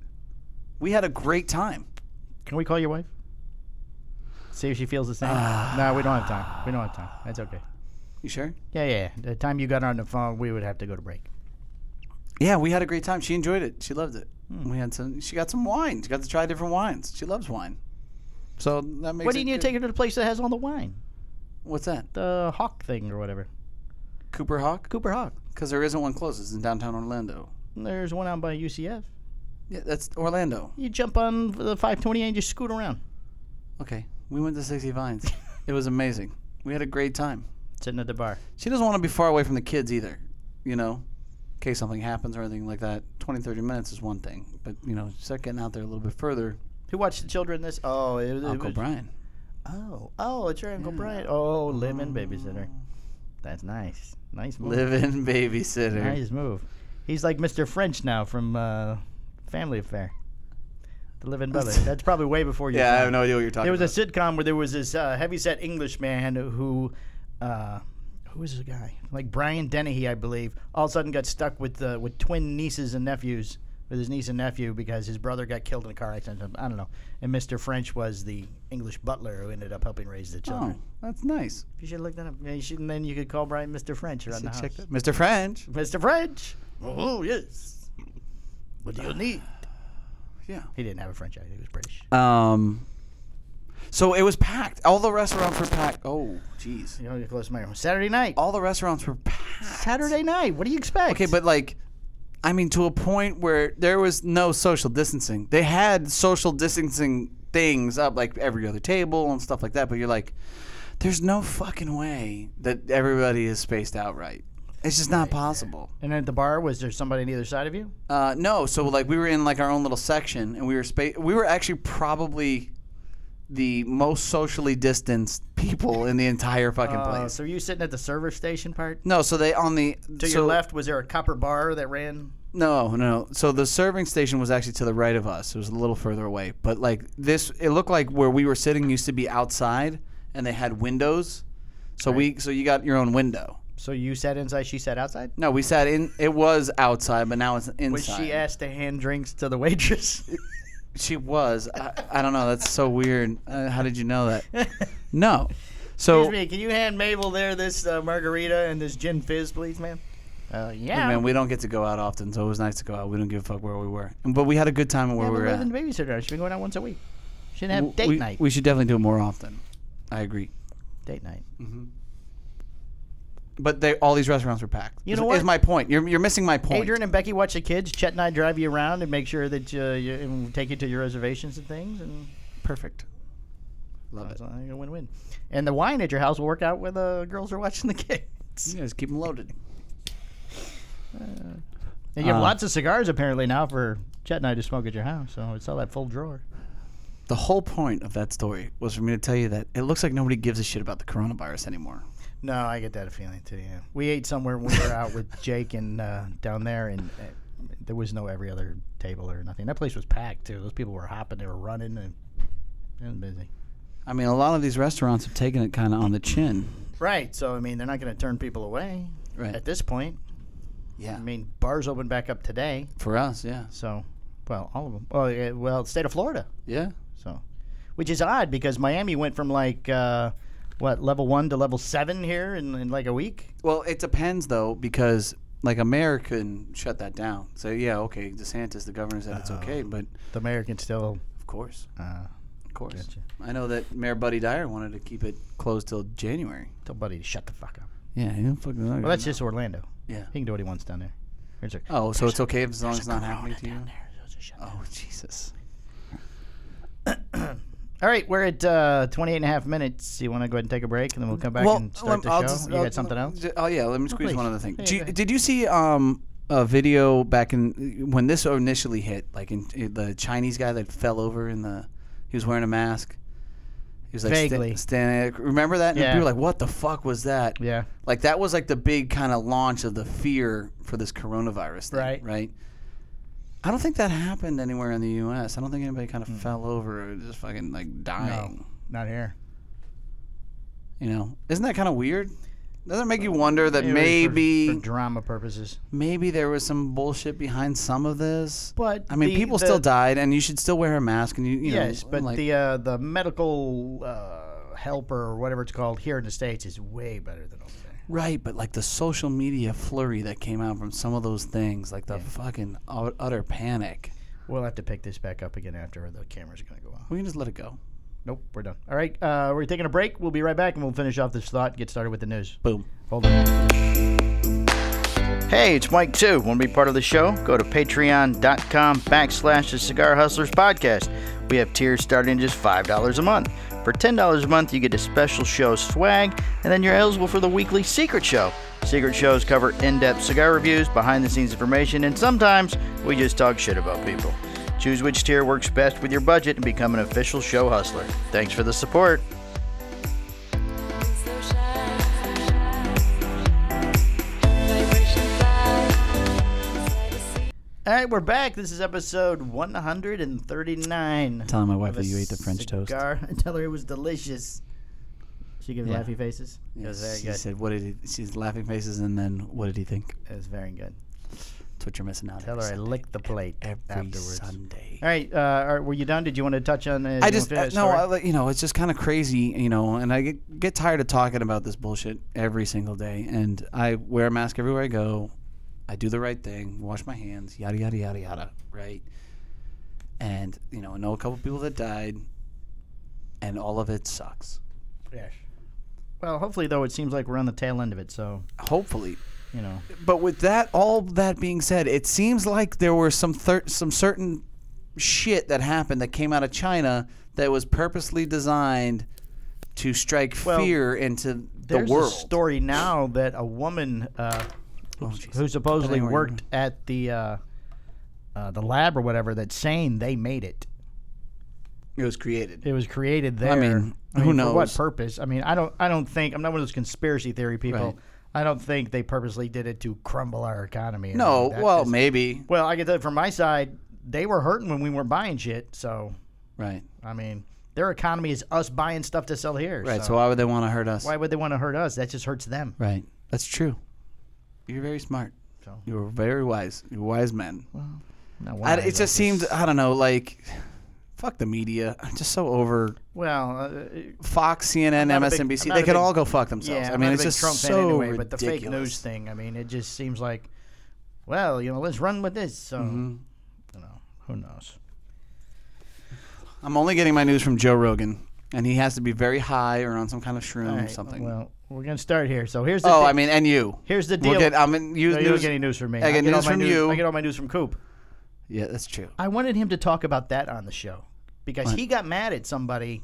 Speaker 1: We had a great time.
Speaker 2: Can we call your wife? See if she feels the same.
Speaker 1: Ah.
Speaker 2: no, we don't have time. We don't have time. That's okay.
Speaker 1: You sure?
Speaker 2: Yeah, yeah. yeah. The time you got on the phone, we would have to go to break.
Speaker 1: Yeah, we had a great time. She enjoyed it. She loved it. We had some. She got some wine. She got to try different wines. She loves wine. So that makes.
Speaker 2: What do
Speaker 1: it
Speaker 2: you need to
Speaker 1: good.
Speaker 2: take her to the place that has all the wine?
Speaker 1: What's that?
Speaker 2: The Hawk thing or whatever.
Speaker 1: Cooper Hawk?
Speaker 2: Cooper Hawk.
Speaker 1: Because there isn't one close. It's in downtown Orlando.
Speaker 2: There's one out by UCF.
Speaker 1: Yeah, that's Orlando.
Speaker 2: You jump on the 528 and just scoot around.
Speaker 1: Okay, we went to 60
Speaker 2: [laughs]
Speaker 1: Vines. it was amazing. We had a great time.
Speaker 2: Sitting at the bar.
Speaker 1: She doesn't want to be far away from the kids either, you know? in case something happens or anything like that. 20, 30 minutes is one thing, but you know, start getting out there a little bit further.
Speaker 2: Who watched the children this? Oh, it, was- it
Speaker 1: Uncle
Speaker 2: was-
Speaker 1: Brian.
Speaker 2: Oh, oh, it's your Uncle Brian. Oh, live in babysitter. That's nice. Nice move.
Speaker 1: Live-in babysitter.
Speaker 2: Nice move. He's like Mr. French now from uh, Family Affair. The live
Speaker 1: [laughs]
Speaker 2: in brother. That's probably way before you.
Speaker 1: Yeah, I have no idea what you're talking
Speaker 2: There was a
Speaker 1: about.
Speaker 2: sitcom where there was this uh, heavyset Englishman who, uh, who was the guy? Like Brian Dennehy, I believe. All of a sudden got stuck with uh, with twin nieces and nephews, with his niece and nephew because his brother got killed in a car accident. I don't know. And Mr. French was the English butler who ended up helping raise the
Speaker 1: oh,
Speaker 2: children.
Speaker 1: that's nice.
Speaker 2: You should look that up. Yeah, you should, and then you could call Brian Mr. French around the
Speaker 1: Should
Speaker 2: house.
Speaker 1: check that- Mr. French.
Speaker 2: Mr. French. Oh yes. What do you need?
Speaker 1: Yeah.
Speaker 2: He didn't have a French accent. He was British.
Speaker 1: Um. So it was packed. All the restaurants were packed. Oh, jeez.
Speaker 2: You know, you close my Saturday night.
Speaker 1: All the restaurants were packed.
Speaker 2: Oh, Saturday night. What do you expect?
Speaker 1: Okay, but like, I mean, to a point where there was no social distancing. They had social distancing things up, like every other table and stuff like that. But you're like, there's no fucking way that everybody is spaced out right. It's just not possible.
Speaker 2: And at the bar, was there somebody on either side of you?
Speaker 1: Uh, no, so like we were in like our own little section, and we were spa- we were actually probably the most socially distanced people in the entire fucking
Speaker 2: Uh,
Speaker 1: place.
Speaker 2: so you sitting at the server station part?
Speaker 1: No, so they on the
Speaker 2: To
Speaker 1: so,
Speaker 2: your left, was there a copper bar that ran?
Speaker 1: No, no. So the serving station was actually to the right of us. It was a little further away. But like this it looked like where we were sitting used to be outside and they had windows. So we so you got your own window.
Speaker 2: So you sat inside, she sat outside?
Speaker 1: No, we sat in it was outside, but now it's inside.
Speaker 2: Was she asked to hand drinks to
Speaker 1: [laughs]
Speaker 2: the waitress?
Speaker 1: She was. I, I don't know, that's so weird. Uh, how did you know
Speaker 2: [laughs]
Speaker 1: that? No. So
Speaker 2: Excuse me, can you hand Mabel there this uh, margarita and this gin fizz, please, man? Uh, yeah.
Speaker 1: man, we don't get to go out often, so it was nice to go out. We don't give a fuck where we were. But we had a good time where
Speaker 2: yeah,
Speaker 1: we
Speaker 2: but
Speaker 1: were
Speaker 2: rather
Speaker 1: at.
Speaker 2: than babysitter. She's been going out once a week. She didn't have
Speaker 1: W-
Speaker 2: date
Speaker 1: we,
Speaker 2: night.
Speaker 1: we should definitely do it more often. I agree.
Speaker 2: date night.
Speaker 1: But they all these restaurants were packed.
Speaker 2: You
Speaker 1: is,
Speaker 2: know what?
Speaker 1: is my point. You're, you're missing my point.
Speaker 2: Adrian and Becky watch the kids. Chet and I drive you around and make sure that uh, you and take you to your reservations and things. And
Speaker 1: perfect. Love
Speaker 2: it's
Speaker 1: it.
Speaker 2: a win-win. And the wine at your house will work out when the girls are watching the [laughs] kids.
Speaker 1: You guys keep them loaded.
Speaker 2: And you have
Speaker 1: Uh,
Speaker 2: lots of cigars apparently now for Chet and I to smoke at your house. So it's all that full drawer.
Speaker 1: The whole point of that story was for me to tell you that it looks like nobody gives a shit about the coronavirus anymore.
Speaker 2: No, I get that feeling too. Yeah, we ate somewhere when we were out [laughs] with Jake and uh, down there, and uh, there was no every other table or nothing. That place was packed too. Those people were hopping, they were running, and it was busy.
Speaker 1: I mean, a lot of these restaurants have taken it kind of on the chin.
Speaker 2: Right. So I mean, they're not going to turn people away
Speaker 1: Right.
Speaker 2: at this point.
Speaker 1: Yeah.
Speaker 2: I mean, bars open back up today,
Speaker 1: for us, yeah.
Speaker 2: so well, all of them. Oh, yeah, well, state of Florida.
Speaker 1: Yeah.
Speaker 2: So, which is odd because Miami went from like uh, what level one to level seven here in, in like a week.
Speaker 1: Well, it depends though, because like American shut that down. So yeah, okay, DeSantis, the governor said it's okay, but
Speaker 2: The Americans still.
Speaker 1: of course,
Speaker 2: Uh,
Speaker 1: of course.
Speaker 2: Gotcha.
Speaker 1: I know that Mayor Buddy Dyer wanted to keep it closed till January.
Speaker 2: Tell Buddy to shut the fuck up.
Speaker 1: Yeah, he don't fucking know.
Speaker 2: Well, that's just Orlando.
Speaker 1: yeah.
Speaker 2: He can do what he wants down there. There's a-
Speaker 1: Oh, so it's okay as long as it's not
Speaker 2: corona
Speaker 1: happening to you?
Speaker 2: down there, so it's a shutdown.
Speaker 1: Oh, Jesus.
Speaker 2: All right, we're at uh, 28 and a half minutes. You want to go ahead and take a break, and then we'll come back and start
Speaker 1: lem-
Speaker 2: the
Speaker 1: I'll
Speaker 2: show.
Speaker 1: just-
Speaker 2: you
Speaker 1: I'll-
Speaker 2: had something else?
Speaker 1: j- Oh, yeah, let me squeeze one
Speaker 2: please.
Speaker 1: other thing.
Speaker 2: Yeah,
Speaker 1: Do you-
Speaker 2: go ahead.
Speaker 1: did you see um, a video back in when this initially hit? Like in, in the Chinese guy that fell over in the. He was wearing a mask. He was like sta-
Speaker 2: Vaguely.
Speaker 1: standing. Remember that? And
Speaker 2: Yeah.
Speaker 1: People were like, what the fuck was that?
Speaker 2: Yeah.
Speaker 1: Like that was like the big kind of launch of the fear for this coronavirus thing,
Speaker 2: Right.
Speaker 1: Right. I don't think that happened anywhere in the U.S. I don't think anybody
Speaker 2: Hmm.
Speaker 1: kind of fell over or just fucking like dying.
Speaker 2: Not here.
Speaker 1: You know, isn't that kind of weird? Doesn't it make you wonder that
Speaker 2: It was for-
Speaker 1: maybe
Speaker 2: for drama purposes.
Speaker 1: maybe there was some bullshit behind some of this?
Speaker 2: But
Speaker 1: I mean,
Speaker 2: the-
Speaker 1: people
Speaker 2: the-
Speaker 1: still died, and you should still wear a mask. And you, you
Speaker 2: yes,
Speaker 1: know,
Speaker 2: but
Speaker 1: like,
Speaker 2: the uh, the medical uh, helper or whatever it's called here in the states is way better than over there.
Speaker 1: right, but like the social media flurry that came out from some of those things, like the fucking ut- utter panic.
Speaker 2: We'll have to pick this back up again after the cameras are going to go off.
Speaker 1: We can just let it go.
Speaker 2: Nope, we're done. All right, uh, we're taking a break. We'll be right back, and we'll finish off this thought. and Get started with the news.
Speaker 1: Boom.
Speaker 2: Hold on. Hey, it's Mike too. Want to be part of the show? Go to patreon.com backslash the Cigar Hustlers Podcast. We have tiers starting at just $5 a month. For $10 a month, you get a special show swag, and then you're eligible for the weekly secret show. Secret shows cover in depth cigar reviews, behind the scenes information, and sometimes we just talk shit about people. Choose which tier works best with your budget and become an official show hustler. Thanks for the support.
Speaker 4: So shy, so shy. Vibration fly. Side to sea.
Speaker 2: All right, we're back. This is episode 139.
Speaker 1: Telling my wife
Speaker 2: of a
Speaker 1: that you ate the French toast.
Speaker 2: cigar. [laughs] toast. Tell her it was delicious. She gave
Speaker 1: Yeah.
Speaker 2: laughy faces. It was very
Speaker 1: she
Speaker 2: good.
Speaker 1: said, "What did he?" She's laughing faces, and then what did he think?
Speaker 2: it was very good.
Speaker 1: That's what you're missing out.
Speaker 2: Tell her
Speaker 1: every
Speaker 2: I
Speaker 1: Sunday.
Speaker 2: licked the plate
Speaker 1: e-, every
Speaker 2: afterwards.
Speaker 1: Sunday.
Speaker 2: All right, uh, are, were you done? Did you want to touch on? Uh,
Speaker 1: I
Speaker 2: you
Speaker 1: just
Speaker 2: wanna
Speaker 1: uh,
Speaker 2: finish,
Speaker 1: no,
Speaker 2: sorry?
Speaker 1: I, like, you know, it's just kind of crazy, you know, and I get, get tired of talking about this bullshit every single day. And I wear a mask everywhere I go. I do the right thing, wash my hands, yada yada yada yada, right? And you know, I know a couple people that died, and all of it sucks.
Speaker 2: well, hopefully though, it seems like we're on the tail end of it. So
Speaker 1: Hopefully,
Speaker 2: you know,
Speaker 1: but with that, all that being said, it seems like there were some thir- some certain shit that happened that came out of China that was purposely designed to strike
Speaker 2: Well,
Speaker 1: fear into the
Speaker 2: there's
Speaker 1: world.
Speaker 2: a story now that a woman uh,
Speaker 1: Oh, jeez.
Speaker 2: who supposedly
Speaker 1: Depending where you
Speaker 2: worked at the uh, uh, the lab or whatever that's saying they made it.
Speaker 1: it was created.
Speaker 2: It was created there.
Speaker 1: I mean, who
Speaker 2: For what
Speaker 1: knows?
Speaker 2: purpose? I mean, I don't. I don't think. I'm not one of those conspiracy theory people.
Speaker 1: Right.
Speaker 2: I don't think they purposely did it to crumble our economy. or anything
Speaker 1: no,
Speaker 2: like that,
Speaker 1: well,
Speaker 2: 'cause-
Speaker 1: maybe.
Speaker 2: Well, I can tell you from my side, they were hurting when we weren't buying shit. So,
Speaker 1: Right.
Speaker 2: I mean, their economy is us buying stuff to sell here.
Speaker 1: Right. So, why would they want to hurt us?
Speaker 2: why would they want to hurt us? That just hurts them.
Speaker 1: Right. That's true. You're very smart.
Speaker 2: So-
Speaker 1: You were very wise. You're wise men. I,
Speaker 2: Not wise,
Speaker 1: it just
Speaker 2: I
Speaker 1: seemed, I don't know, like, fuck the media. I'm just so over
Speaker 2: Well, uh,
Speaker 1: Fox, CNN,
Speaker 2: not a big-
Speaker 1: MSNBC,
Speaker 2: I'm not
Speaker 1: they
Speaker 2: a
Speaker 1: can
Speaker 2: big-
Speaker 1: all go fuck themselves.
Speaker 2: yeah.
Speaker 1: I
Speaker 2: I'm
Speaker 1: mean,
Speaker 2: not a
Speaker 1: it's
Speaker 2: big
Speaker 1: just
Speaker 2: Trump
Speaker 1: so
Speaker 2: fan anyway,
Speaker 1: ridiculous.
Speaker 2: but the fake news thing. I mean, it just seems like, well, you know, let's run with this. So,
Speaker 1: Mm-hmm.
Speaker 2: you know, who knows?
Speaker 1: I'm only getting my news from Joe Rogan, and he has to be very high or on some kind of shroom or
Speaker 2: Alright,
Speaker 1: something.
Speaker 2: Well, we're gonna start here. So here's the.
Speaker 1: oh,
Speaker 2: thi-
Speaker 1: I mean, and you.
Speaker 2: here's the
Speaker 1: We'll
Speaker 2: deal.
Speaker 1: get, I'm in, you
Speaker 2: no, you don't
Speaker 1: news.
Speaker 2: get any news from me.
Speaker 1: I get
Speaker 2: all
Speaker 1: news
Speaker 2: my
Speaker 1: from
Speaker 2: news-
Speaker 1: you.
Speaker 2: I get all my news from Coop.
Speaker 1: yeah, that's true.
Speaker 2: I wanted him to talk about that on the show because
Speaker 1: What?
Speaker 2: he got mad at somebody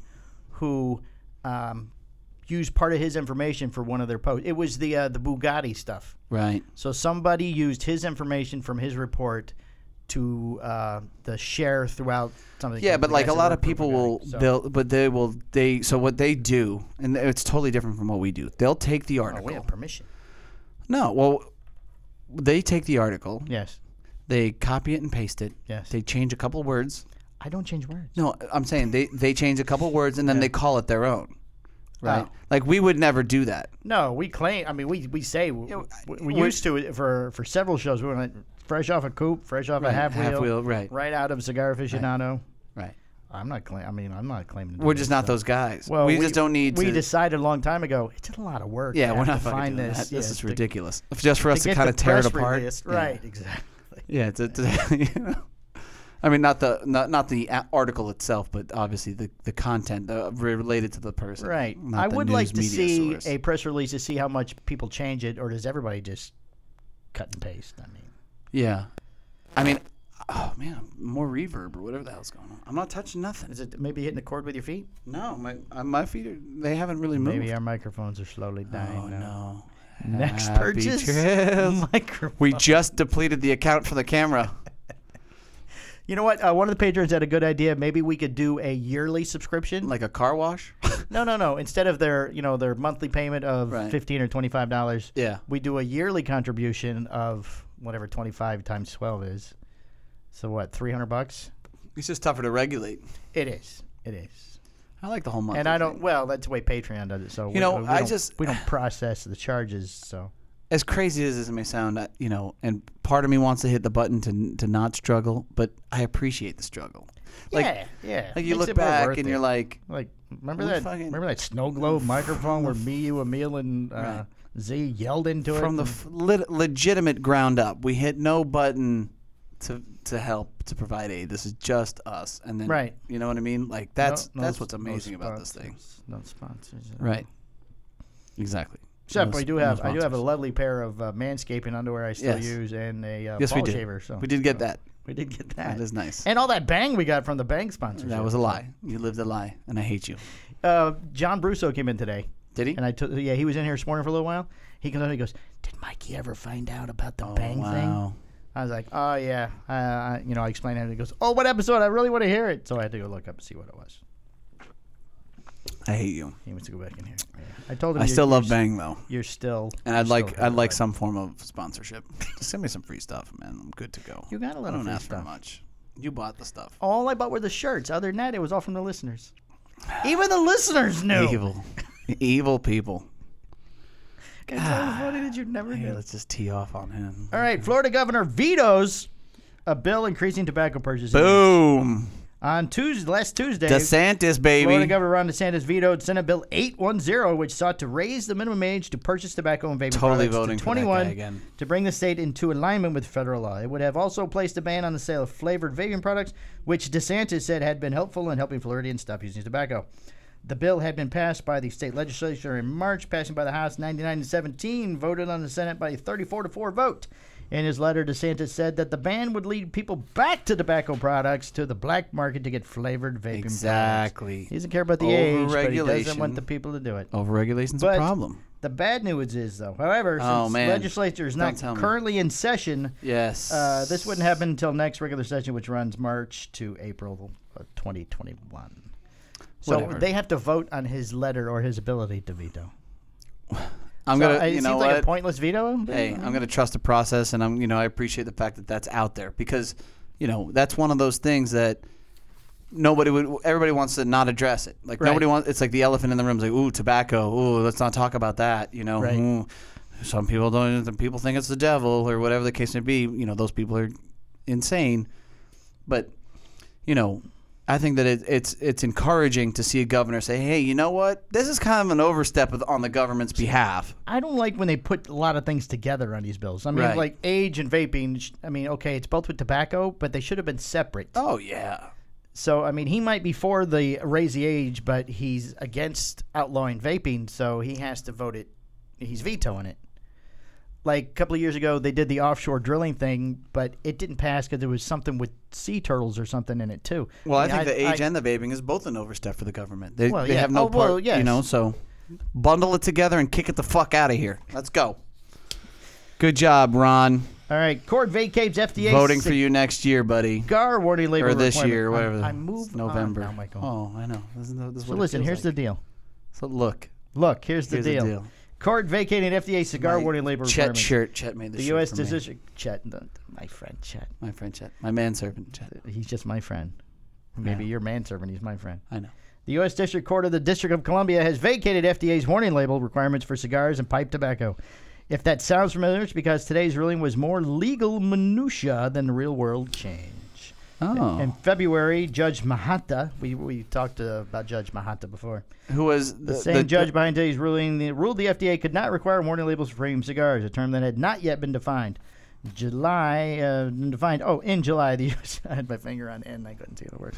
Speaker 2: who um, used part of his information for one of their posts. It was the uh, the Bugatti stuff.
Speaker 1: Right.
Speaker 2: So somebody used his information from his report to uh, the share throughout something.
Speaker 1: Yeah, but
Speaker 2: the
Speaker 1: like
Speaker 2: guys
Speaker 1: a
Speaker 2: that
Speaker 1: lot
Speaker 2: work
Speaker 1: of
Speaker 2: for
Speaker 1: people
Speaker 2: Bugatti.
Speaker 1: will,
Speaker 2: So-
Speaker 1: they'll, but they will, they, so what they do, and it's totally different from what we do. They'll take the
Speaker 2: Oh,
Speaker 1: article.
Speaker 2: we have permission.
Speaker 1: no, well, they take the article,
Speaker 2: Yes.
Speaker 1: they copy it and paste it,
Speaker 2: Yes.
Speaker 1: they change a couple words,
Speaker 2: I don't change words.
Speaker 1: No, I'm saying they, they change a couple words and then they call it their own. Right?
Speaker 2: Oh.
Speaker 1: Like we would never do that.
Speaker 2: No, we claim. I mean, we we say we, we, we
Speaker 1: we're-
Speaker 2: used to it for for several shows. We went fresh off a coupe, fresh off a
Speaker 1: Right,
Speaker 2: half wheel,
Speaker 1: half wheel, right.
Speaker 2: right out of cigar aficionado.
Speaker 1: Right.
Speaker 2: I'm not claim. I mean, I'm not claiming. to
Speaker 1: We're
Speaker 2: do
Speaker 1: just
Speaker 2: this
Speaker 1: not
Speaker 2: stuff.
Speaker 1: those guys.
Speaker 2: Well,
Speaker 1: we, just don't need
Speaker 2: We
Speaker 1: to.
Speaker 2: decided a long time ago. It's a lot of work.
Speaker 1: yeah,
Speaker 2: to
Speaker 1: we're
Speaker 2: have
Speaker 1: not
Speaker 2: to
Speaker 1: fucking
Speaker 2: find
Speaker 1: doing
Speaker 2: this.
Speaker 1: that. This
Speaker 2: yeah,
Speaker 1: is
Speaker 2: to-
Speaker 1: ridiculous. F- just for us
Speaker 2: to
Speaker 1: to,
Speaker 2: get
Speaker 1: kind
Speaker 2: the
Speaker 1: of tear it
Speaker 2: press
Speaker 1: apart.
Speaker 2: release.
Speaker 1: Yeah.
Speaker 2: Right. Exactly.
Speaker 1: Yeah. to- to- [laughs] you know. I mean, not the not, not the a- article itself, but obviously the, the content uh, re- related to the person.
Speaker 2: Right.
Speaker 1: Not
Speaker 2: I
Speaker 1: the
Speaker 2: would like
Speaker 1: news
Speaker 2: to
Speaker 1: media
Speaker 2: see
Speaker 1: source.
Speaker 2: a press release to see how much people change it, or does everybody just cut and paste? I mean,
Speaker 1: Yeah. I mean, oh man, more reverb or whatever the hell's going on. I'm not touching nothing.
Speaker 2: is it maybe hitting the cord with your feet?
Speaker 1: No, my uh, my feet are they haven't really moved.
Speaker 2: Maybe our microphones are slowly dying.
Speaker 1: Oh
Speaker 2: now.
Speaker 1: no.
Speaker 2: Next
Speaker 1: Happy
Speaker 2: purchase.
Speaker 1: trails. [laughs]
Speaker 2: Microphone.
Speaker 1: We just depleted the account for the camera. [laughs]
Speaker 2: You know what? Uh, one of the patrons had a good idea. Maybe we could do a yearly subscription.
Speaker 1: Like a car wash?
Speaker 2: No, no, no. Instead of their, you know, their monthly payment of
Speaker 1: Right.
Speaker 2: fifteen or twenty-five dollars,
Speaker 1: [laughs] yeah.
Speaker 2: we do a yearly contribution of whatever twenty-five times twelve is. So what? Three hundred bucks.
Speaker 1: It's just tougher to regulate.
Speaker 2: It is. It is.
Speaker 1: I like the whole month.
Speaker 2: And I don't. Well, that's the way Patreon does it. So we,
Speaker 1: know,
Speaker 2: we
Speaker 1: I
Speaker 2: don't-
Speaker 1: just-
Speaker 2: we don't
Speaker 1: [sighs]
Speaker 2: process the charges. So
Speaker 1: As crazy as this may sound, I- you know, and part of me wants to hit the button to to not struggle, but I appreciate the struggle. Like,
Speaker 2: yeah, yeah.
Speaker 1: like you
Speaker 2: Makes
Speaker 1: look
Speaker 2: it more
Speaker 1: back
Speaker 2: worth
Speaker 1: and
Speaker 2: it.
Speaker 1: you're like,
Speaker 2: like, remember
Speaker 1: we
Speaker 2: that?
Speaker 1: fucking-
Speaker 2: remember that snow globe microphone where me, you, Emil, and uh,
Speaker 1: Right.
Speaker 2: Z yelled into it
Speaker 1: from the
Speaker 2: and-
Speaker 1: f- lit- legitimate ground up, we hit no button to to help to provide aid. This is just us, and then
Speaker 2: Right.
Speaker 1: You know what I mean? Like
Speaker 2: No-
Speaker 1: that's
Speaker 2: no
Speaker 1: that's
Speaker 2: s-
Speaker 1: what's
Speaker 2: no
Speaker 1: amazing about this thing.
Speaker 2: sponsors, No sponsors.
Speaker 1: Right. Exactly.
Speaker 2: Except
Speaker 1: No
Speaker 2: I
Speaker 1: s-
Speaker 2: do
Speaker 1: no
Speaker 2: have I do have a
Speaker 1: sponsors.
Speaker 2: lovely pair of uh, manscaping underwear I still
Speaker 1: Yes.
Speaker 2: use and a uh,
Speaker 1: Yes, we
Speaker 2: ball
Speaker 1: did.
Speaker 2: shaver. So
Speaker 1: We did get that.
Speaker 2: we did get that.
Speaker 1: That is nice.
Speaker 2: And all that bang we got from the bang sponsor.
Speaker 1: That was a lie. You lived a lie, and I hate you.
Speaker 2: uh, John Brusso came in today.
Speaker 1: Did he?
Speaker 2: And I took yeah, he was in here this morning for a little while. He comes out and he goes, "Did Mikey ever find out about the bang
Speaker 1: Oh,
Speaker 2: thing?"
Speaker 1: wow.
Speaker 2: I was like, "Oh yeah," uh, I- you know. I explained it. And he goes, "Oh, what episode? I really want to hear it." So I had to go look up and see what it was.
Speaker 1: I hate you.
Speaker 2: He wants to go back in here. Yeah. I told him.
Speaker 1: I
Speaker 2: you're-
Speaker 1: still
Speaker 2: you're
Speaker 1: love
Speaker 2: s-
Speaker 1: Bang though,
Speaker 2: You're still.
Speaker 1: and
Speaker 2: you're
Speaker 1: I'd like
Speaker 2: still
Speaker 1: I'd like
Speaker 2: hurt.
Speaker 1: some form of sponsorship. Just send me some free stuff, man. I'm good to go.
Speaker 2: You got a
Speaker 1: I
Speaker 2: lot of
Speaker 1: don't
Speaker 2: free
Speaker 1: ask for
Speaker 2: stuff.
Speaker 1: much. You bought the stuff.
Speaker 2: All I bought were the shirts. Other than that, it was all from the listeners. Even the listeners knew. [laughs]
Speaker 1: Evil, evil people.
Speaker 2: It's so
Speaker 1: Ah.
Speaker 2: funny that you never
Speaker 1: Hey,
Speaker 2: knew.
Speaker 1: let's just tee off on him.
Speaker 2: All right, Florida governor vetoes a bill increasing tobacco purchases.
Speaker 1: Boom.
Speaker 2: On Tuesday, last Tuesday,
Speaker 1: DeSantis,
Speaker 2: Florida
Speaker 1: baby.
Speaker 2: Governor Ron DeSantis vetoed Senate Bill 810, which sought to raise the minimum age to purchase tobacco and vaping
Speaker 1: Totally
Speaker 2: products
Speaker 1: voting
Speaker 2: to
Speaker 1: for that guy
Speaker 2: 21
Speaker 1: again.
Speaker 2: to bring the state into alignment with federal law. It would have also placed a ban on the sale of flavored vaping products, which DeSantis said had been helpful in helping Floridians stop using tobacco. The bill had been passed by the state legislature in March, passing by the House 99 to 17, voted on the Senate by a 34 to 4 vote. In his letter, DeSantis said that the ban would lead people back to tobacco products to the black market to get flavored vaping products.
Speaker 1: Exactly.
Speaker 2: He doesn't care about the age, but he doesn't
Speaker 1: Overregulation.
Speaker 2: want the people to do it.
Speaker 1: Overregulation's
Speaker 2: But-
Speaker 1: a problem.
Speaker 2: The bad news is, though, however, since
Speaker 1: Oh, man.
Speaker 2: legislature is not
Speaker 1: Don't tell me.
Speaker 2: currently in session,
Speaker 1: Yes.
Speaker 2: uh, this wouldn't happen until next regular session, which runs March to April of 2021. So
Speaker 1: Whatever.
Speaker 2: they have to vote on his letter or his ability to veto.
Speaker 1: I'm
Speaker 2: So, uh,
Speaker 1: gonna.
Speaker 2: it
Speaker 1: you
Speaker 2: seems
Speaker 1: know
Speaker 2: like
Speaker 1: what?
Speaker 2: a pointless veto.
Speaker 1: hey, I'm going to trust the process, and I'm, you know, I appreciate the fact that that's out there because, you know, that's one of those things that nobody would, everybody wants to not address it. Like
Speaker 2: Right.
Speaker 1: nobody wants. It's like the elephant in the room is like, ooh, tobacco. Ooh, let's not talk about that. You know,
Speaker 2: Right.
Speaker 1: Ooh, some people don't. some People think it's the devil or whatever the case may be. You know, those people are insane, but you know, I think that it, it's it's encouraging to see a governor say, "Hey, you know what? This is kind of an overstep of, on the government's behalf."
Speaker 2: I don't like when they put a lot of things together on these bills. I mean,
Speaker 1: Right.
Speaker 2: like age and vaping. sh- I mean, okay, it's both with tobacco, but they should have been separate.
Speaker 1: Oh yeah,
Speaker 2: So I mean, he might be for the raise the age, but he's against outlawing vaping, so he has to vote it. He's vetoing it. Like a couple of years ago, they did the offshore drilling thing, but it didn't pass because there was something with sea turtles or something in it too.
Speaker 1: Well, I
Speaker 2: mean,
Speaker 1: think the age
Speaker 2: I-
Speaker 1: and the vaping is both an overstep for the government. They,
Speaker 2: Well,
Speaker 1: they
Speaker 2: yeah.
Speaker 1: have no
Speaker 2: Oh,
Speaker 1: part,
Speaker 2: well, yes.
Speaker 1: you know. So bundle it together and kick it the fuck out of here. Let's go. Good job, Ron.
Speaker 2: all right, court vacates FDA
Speaker 1: Voting for you next year, buddy,
Speaker 2: cigar warning label
Speaker 1: or this
Speaker 2: requirement.
Speaker 1: year, whatever.
Speaker 2: I, I
Speaker 1: It's
Speaker 2: moved on
Speaker 1: November.
Speaker 2: now, Michael.
Speaker 1: Oh, I know. Isn't that- this is
Speaker 2: so
Speaker 1: what it
Speaker 2: listen,
Speaker 1: feels
Speaker 2: here's
Speaker 1: like.
Speaker 2: the deal.
Speaker 1: So look,
Speaker 2: Look, here's the
Speaker 1: Here's the
Speaker 2: deal.
Speaker 1: deal.
Speaker 2: Court vacating FDA cigar
Speaker 1: my
Speaker 2: warning label
Speaker 1: Chet
Speaker 2: requirement.
Speaker 1: shirt. Chet made this
Speaker 2: The
Speaker 1: shirt
Speaker 2: U.S.
Speaker 1: for me.
Speaker 2: decision. Chet, the- my friend Chet.
Speaker 1: My friend Chet, my manservant Chet.
Speaker 2: He's just my friend. Maybe
Speaker 1: Yeah.
Speaker 2: your manservant. He's my friend.
Speaker 1: I know.
Speaker 2: The U.S. District Court of the District of Columbia has vacated FDA's warning label requirements for cigars and pipe tobacco. If that sounds familiar, it's because today's ruling was more legal minutia than real world change.
Speaker 1: Oh,
Speaker 2: In February, Judge Mahata, we, we talked uh, about Judge Mahata before,
Speaker 1: who was the,
Speaker 2: the, same judge behind today's ruling the, ruled the FDA could not require warning labels for premium cigars, a term that had not yet been defined. July uh, defined. Oh, in July, the [laughs] U.S. I had my finger on N. I couldn't see the [laughs] word.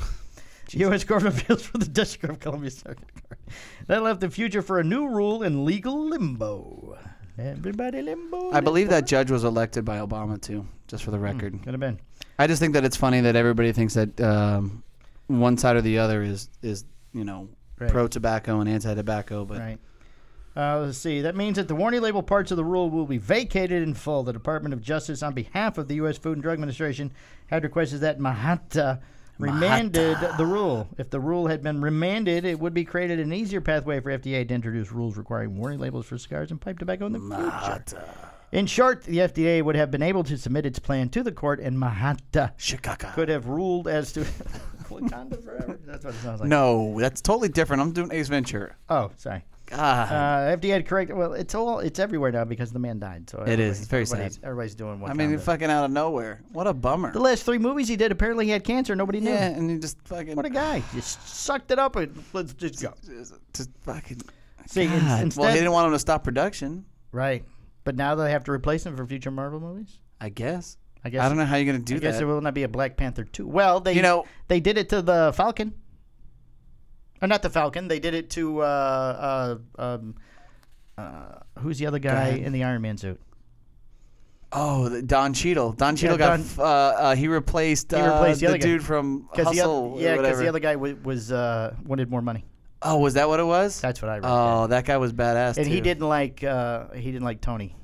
Speaker 2: U.S. Court of Appeals for the District of Columbia Circuit Court. That left the future for a new rule in legal limbo. Everybody limbo.
Speaker 1: I believe that judge was elected by Obama too. Just
Speaker 2: Hmm.
Speaker 1: for the record.
Speaker 2: could have been.
Speaker 1: I just think that it's funny that everybody thinks that um, one side or the other is is you know
Speaker 2: Right.
Speaker 1: pro tobacco and anti tobacco, but
Speaker 2: Right. Uh, let's see. That means that the warning label parts of the rule will be vacated in full. The Department of Justice, on behalf of the U.S. Food and Drug Administration, had requested that Mahata remanded the rule. If the rule had been remanded, it would be created an easier pathway for FDA to introduce rules requiring warning labels for cigars and pipe tobacco in the
Speaker 1: uh,
Speaker 2: future. In short, the FDA would have been able to submit its plan to the court, and Mahata
Speaker 1: Chicago.
Speaker 2: [laughs] could have ruled as to [laughs] Wakanda forever. That's what it sounds like.
Speaker 1: No, that's totally different. I'm doing Ace Ventura.
Speaker 2: Oh, sorry.
Speaker 1: God,
Speaker 2: Uh, FDA had corrected. Well, it's all it's everywhere now because the man died. So
Speaker 1: It is.
Speaker 2: everybody-
Speaker 1: It's very sad.
Speaker 2: everybody's, Everybody's doing what?
Speaker 1: I mean, fucking out of nowhere. What a bummer.
Speaker 2: the last three movies he did, apparently he had cancer. Nobody knew.
Speaker 1: Yeah, and you just fucking
Speaker 2: What a guy! Just sucked it up and let's just go.
Speaker 1: Just, just fucking.
Speaker 2: See, in-
Speaker 1: God. well,
Speaker 2: instead-
Speaker 1: he didn't want him to stop production.
Speaker 2: Right, but now they have to replace him for future Marvel movies.
Speaker 1: I guess.
Speaker 2: I guess.
Speaker 1: I don't know how you're gonna do
Speaker 2: I guess
Speaker 1: that.
Speaker 2: there will not be a Black Panther two. Well, they
Speaker 1: You know-
Speaker 2: they did it to the Falcon. Or not the Falcon. They did it to uh, uh, um, uh, who's the other guy
Speaker 1: ahead.
Speaker 2: in the Iron Man suit?
Speaker 1: Oh, the Don Cheadle. Don Cheadle got
Speaker 2: Don-
Speaker 1: f- uh, uh, he replaced, uh,
Speaker 2: replaced the
Speaker 1: the,
Speaker 2: other guy.
Speaker 1: dude from
Speaker 2: Because the
Speaker 1: Hustle.
Speaker 2: other, yeah,
Speaker 1: or
Speaker 2: because
Speaker 1: whatever.
Speaker 2: the other guy w- was uh, wanted more money.
Speaker 1: oh, was that what it was?
Speaker 2: That's what I read. yeah.
Speaker 1: oh, that guy was badass.
Speaker 2: and he
Speaker 1: too.
Speaker 2: didn't like uh, he didn't like Tony,